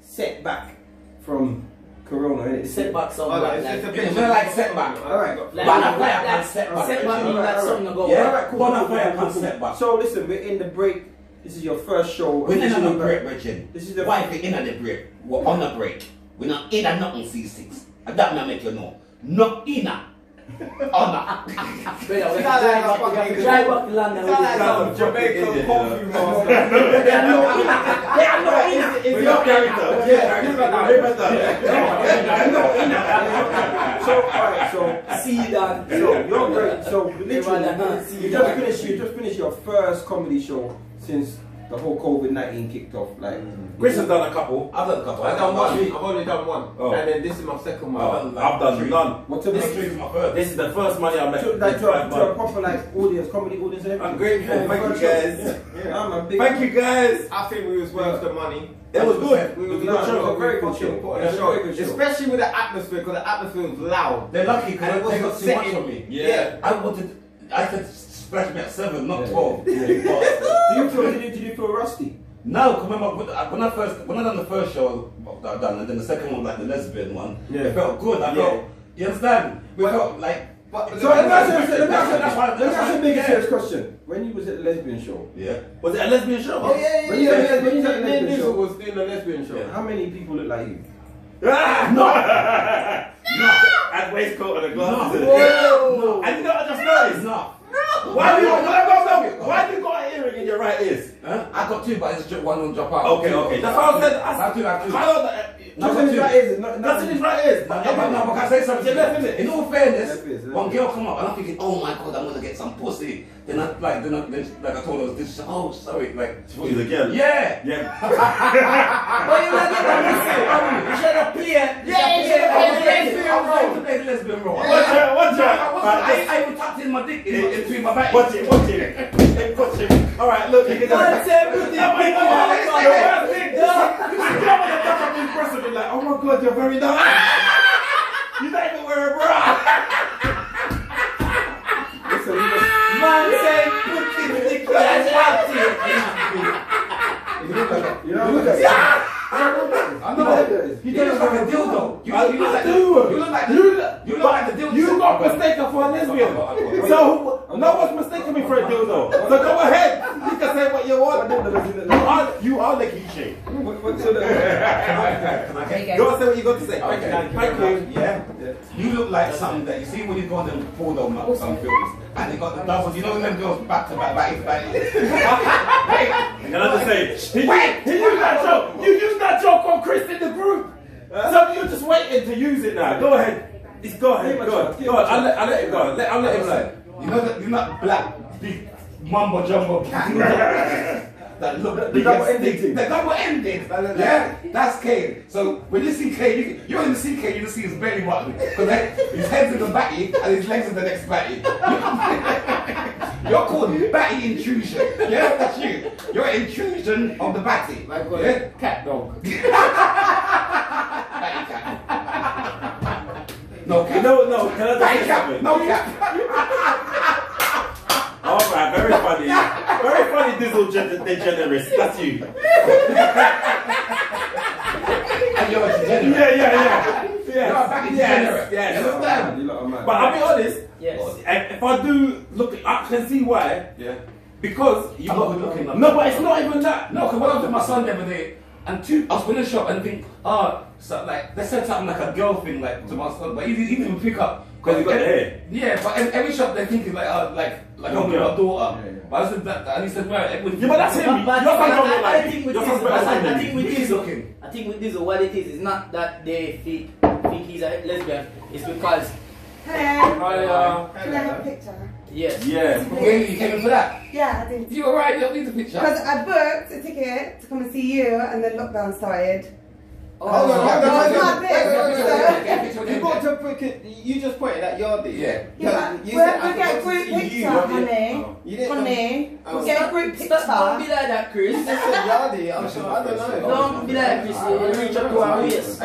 Speaker 5: setback from Corona, innit?
Speaker 8: Setbacks on
Speaker 2: Oh, no,
Speaker 8: like,
Speaker 2: it's just a
Speaker 8: like,
Speaker 2: bit.
Speaker 6: it's not like setback.
Speaker 5: Alright.
Speaker 6: Like,
Speaker 8: like,
Speaker 6: like, like,
Speaker 8: like,
Speaker 6: setback.
Speaker 8: setback mean like something to go
Speaker 6: Yeah,
Speaker 8: on.
Speaker 6: right, cool. Bona fire and setback.
Speaker 5: So listen, we're in the break. This is your first show.
Speaker 6: We're not on
Speaker 5: Official
Speaker 6: the break, Virgin.
Speaker 5: This is the-
Speaker 6: Why if we're in on the break? We're on the break. We're not in and not on C6. And that may make you know. Not in a. On a.
Speaker 8: Brother, we
Speaker 2: It's not
Speaker 8: have to
Speaker 2: like
Speaker 8: drive
Speaker 2: I'm
Speaker 8: back- we have to
Speaker 2: fucking-
Speaker 8: drive back to London with this
Speaker 2: Sound
Speaker 8: problem.
Speaker 2: like some Jamaican coffee master.
Speaker 8: They are no inner. They are no inner.
Speaker 6: We're not character. Yeah,
Speaker 5: So alright, so
Speaker 8: See that.
Speaker 5: so you're great. So
Speaker 8: rather not
Speaker 5: literally,
Speaker 8: see
Speaker 5: you just
Speaker 8: that.
Speaker 5: finished. You just finished your first comedy show since the whole COVID nineteen kicked off. Like,
Speaker 4: Chris has done a couple.
Speaker 6: I've done a couple.
Speaker 2: I've done one. I've
Speaker 6: I've
Speaker 2: only done one,
Speaker 4: Oh.
Speaker 2: and then this is my second one.
Speaker 6: done, like,
Speaker 4: I've done
Speaker 6: three.
Speaker 4: none.
Speaker 5: what to
Speaker 6: This
Speaker 5: make
Speaker 6: is my first.
Speaker 4: This is the first money I met.
Speaker 5: to,
Speaker 4: in
Speaker 5: like to, a,
Speaker 4: five
Speaker 5: to a
Speaker 4: months.
Speaker 5: proper like audience, comedy audience. and
Speaker 4: I'm
Speaker 5: everything.
Speaker 4: grateful.
Speaker 5: Yeah,
Speaker 4: Thank you
Speaker 5: first show.
Speaker 4: guys.
Speaker 5: Yeah, I'm a big.
Speaker 4: Thank you guys.
Speaker 2: I think we was worth the money.
Speaker 4: That was good.
Speaker 2: We was
Speaker 5: No,
Speaker 2: worth
Speaker 5: it was
Speaker 2: the
Speaker 5: a very good
Speaker 2: fucking
Speaker 5: show.
Speaker 2: put on
Speaker 5: It was a
Speaker 2: show.
Speaker 5: very good show.
Speaker 2: Especially with the atmosphere, because the atmosphere was loud.
Speaker 6: They're lucky because
Speaker 2: And
Speaker 6: it
Speaker 2: it wasn't
Speaker 6: wasn't too much
Speaker 2: sitting.
Speaker 6: on me.
Speaker 2: Yeah.
Speaker 6: I wanted. I could splash me at seven, not
Speaker 5: Yeah.
Speaker 6: twelve.
Speaker 5: Do you feel? Did you, did you feel rusty?
Speaker 6: No, 'cause remember when I- when I first when I done the first show that I done, and then the second one like the lesbian one,
Speaker 5: Yeah.
Speaker 6: it felt good. I
Speaker 5: Yeah.
Speaker 6: felt you understand. We
Speaker 2: But-
Speaker 6: felt like
Speaker 2: But
Speaker 5: So
Speaker 6: Yeah.
Speaker 5: let me ask you. Let me ask you.
Speaker 6: That's why-
Speaker 5: Let me ask you a big
Speaker 6: yeah.
Speaker 5: serious question. When you was at the lesbian show,
Speaker 6: yeah.
Speaker 4: Was it a lesbian show?
Speaker 2: Oh yeah, yeah,
Speaker 5: When
Speaker 2: yeah.
Speaker 5: you-
Speaker 2: yeah,
Speaker 5: when you- when you-
Speaker 2: Me and
Speaker 5: lesbian
Speaker 2: Diesel
Speaker 5: show.
Speaker 2: was doing a lesbian show.
Speaker 5: how many people look like you?
Speaker 4: Ah, no. no. And waistcoat and a
Speaker 6: No.
Speaker 4: glove.
Speaker 6: No.
Speaker 4: And you know what I just noticed?
Speaker 6: No.
Speaker 4: Why do you no, no, no, no. Why do you got an earring in your right ears?
Speaker 6: Huh? I got two, but it's just one will drop out.
Speaker 4: Okay,
Speaker 6: Two.
Speaker 4: okay. That's what I said. I
Speaker 6: I have two, I have two.
Speaker 4: I don't know. uh,
Speaker 6: No,
Speaker 5: Nothing
Speaker 6: but
Speaker 5: is
Speaker 6: two.
Speaker 5: right. Is not
Speaker 4: That's in his right ears.
Speaker 6: No, no, but no, but can I say something?
Speaker 4: Yeah, that's it.
Speaker 6: In all fairness,
Speaker 5: That's it, that's
Speaker 6: one
Speaker 5: it.
Speaker 6: girl come up and I'm thinking, oh my god, I'm gonna get some pussy. Then I like, then I, then, like I told her, this, oh sorry, like,
Speaker 4: What, he's a girl?
Speaker 6: yeah.
Speaker 4: Yeah.
Speaker 6: But you like that? You should have played. Yeah, I'm to play the lesbian role.
Speaker 4: Watch out, watch
Speaker 6: I,
Speaker 4: out.
Speaker 6: wasn't, I, I even tucked in my dick in, in between my back.
Speaker 4: Watch it, watch it. Hey, watch it. All right, look, you can
Speaker 8: That's everything.
Speaker 4: Yeah, wait, no, no, wait, wait, wait, wait, wait. You don't want to touch up in person and like, oh my god, you're very nice. you don't even wear a bra.
Speaker 5: So you just-
Speaker 8: Man say put in the dick and whack it.
Speaker 5: You look like you know what I'm saying?
Speaker 6: I
Speaker 5: You like that?
Speaker 6: know. You look like a dildo. You, you look like You look like
Speaker 4: You look-
Speaker 6: You look like the dildo.
Speaker 4: You got mistaken for a lesbian. So no one's mistaken me for a dildo. So go ahead. You can say what you want.
Speaker 5: What did the lesbian
Speaker 4: You
Speaker 5: look like?
Speaker 4: are, you are the cliche.
Speaker 5: What- what's your look?
Speaker 7: Okay.
Speaker 4: Go and say what you got to say.
Speaker 6: Okay.
Speaker 4: Thank you. Yeah.
Speaker 6: You look like something that you see when you go on them porno ma- some films and they got the doubles. You know them girls back to back, back to back.
Speaker 4: And I just say, he, he used that joke. You used that joke on Chris in the group. So you're just waiting to use it now. Go ahead. It's go ahead.
Speaker 5: Give it a
Speaker 4: Go
Speaker 5: shot,
Speaker 4: on.
Speaker 5: give
Speaker 4: Go on.
Speaker 5: it a
Speaker 4: I'll
Speaker 5: shot.
Speaker 4: let, I'll let him go. Let, I'll let him
Speaker 6: Like,
Speaker 4: like.
Speaker 6: you know that you're not black, big mumbo jumbo cat. that look big
Speaker 5: double
Speaker 6: and
Speaker 5: ended
Speaker 6: thick.
Speaker 5: thing.
Speaker 6: The double ended. Yeah, that's Kane. So when you see Kane, you, you only see Kane, you just see his belly button. Because his head's in the batty and his legs in the next batty. You're called batty intrusion. Yeah, that's you. You're an intrusion of the batty.
Speaker 2: Like what?
Speaker 6: yeah?
Speaker 2: Cat dog.
Speaker 6: Batty cat. No cat.
Speaker 4: No, no. Can I
Speaker 6: Batty
Speaker 4: just say
Speaker 6: cat.
Speaker 4: something?
Speaker 6: No cat.
Speaker 4: All right. Very funny. Very funny. Dizzle gen- degenerates. That's you.
Speaker 6: And you're a degenerate.
Speaker 4: Yeah, yeah, yeah.
Speaker 6: You're a
Speaker 4: Yeah.
Speaker 6: batty
Speaker 4: Yes,
Speaker 6: degenerate.
Speaker 4: yes.
Speaker 6: You understand?
Speaker 5: You lot are mad.
Speaker 4: But I'll be honest.
Speaker 8: Yes.
Speaker 4: If if I do look, I can see why.
Speaker 6: Yeah.
Speaker 4: Because you
Speaker 6: I'm
Speaker 4: got
Speaker 6: not looking like
Speaker 4: No,
Speaker 6: that.
Speaker 4: but it's not even that.
Speaker 6: No, because when I was with my son the other day, and two, I was in the shop and think, oh, so like they said something like a girl thing like to my son, but he, didn't- he didn't even pick up
Speaker 4: 'Cause he got
Speaker 6: every-
Speaker 4: hair.
Speaker 6: Yeah, but in every shop they think it's like uh, like like I'm with
Speaker 4: Yeah.
Speaker 6: my daughter.
Speaker 5: Yeah, yeah.
Speaker 6: But I said that, and he said, well, it would,
Speaker 4: Yeah, but that's him.
Speaker 8: But- but-
Speaker 4: Your
Speaker 8: but
Speaker 4: son don't
Speaker 8: I-
Speaker 4: look
Speaker 8: I
Speaker 4: like
Speaker 8: think with
Speaker 4: your
Speaker 8: this,
Speaker 4: son's better
Speaker 8: I
Speaker 4: than
Speaker 8: I
Speaker 4: you.
Speaker 8: think with
Speaker 6: He's
Speaker 8: this,
Speaker 6: looking.
Speaker 8: I think with this, what it is, it's not that they think think he's a lesbian. It's because
Speaker 9: Hello.
Speaker 4: I, uh,
Speaker 9: Can I have a picture?
Speaker 8: yes.
Speaker 4: yeah.
Speaker 6: Yeah, you came in for that.
Speaker 9: Yeah, I did.
Speaker 6: You alright? You don't need the picture.
Speaker 9: Because I booked a ticket to come and see you, and then lockdown started.
Speaker 6: Hold on, hold on,
Speaker 9: it's not
Speaker 6: hold on. Wait, wait, wait, wait, wait,
Speaker 9: this.
Speaker 6: get a picture with
Speaker 2: You
Speaker 6: him,
Speaker 2: got
Speaker 6: yeah.
Speaker 2: to pick it. You just pointed at Yardie.
Speaker 6: Yeah.
Speaker 9: Yeah, but
Speaker 2: You
Speaker 9: we're,
Speaker 2: said I
Speaker 9: we'll get a
Speaker 2: forgot to
Speaker 9: group
Speaker 2: see you,
Speaker 9: picture,
Speaker 2: Yardie.
Speaker 9: honey.
Speaker 2: You didn't.
Speaker 9: Honey,
Speaker 2: Oh.
Speaker 9: we'll get a group picture.
Speaker 8: Stop, don't be like that,
Speaker 2: You
Speaker 8: Chris.
Speaker 2: just said Yardie. I'm sure. I don't know.
Speaker 8: Don't be like that, Chris. You reach up to our waist.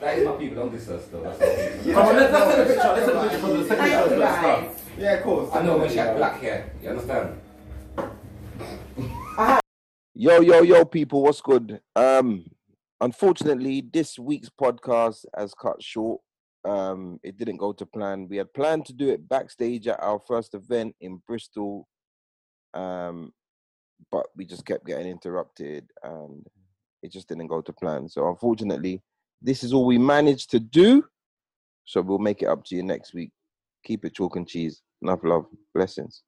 Speaker 6: That is my people. Don't diss us, though. That's my people.
Speaker 4: Come on, let's let's take a picture. Let's take a picture from the second
Speaker 9: Thank
Speaker 4: shot.
Speaker 9: you
Speaker 4: Let's start.
Speaker 9: guys.
Speaker 2: Yeah, of course.
Speaker 6: I know when she had black hair. You understand?
Speaker 1: Yo, yo, yo, people, what's good? Um, Unfortunately, this week's podcast has cut short. Um, it didn't go to plan. We had planned to do it backstage at our first event in Bristol, um, but we just kept getting interrupted and it just didn't go to plan. So, unfortunately, this is all we managed to do. So, we'll make it up to you next week. Keep it chalk and cheese. Enough love. Blessings.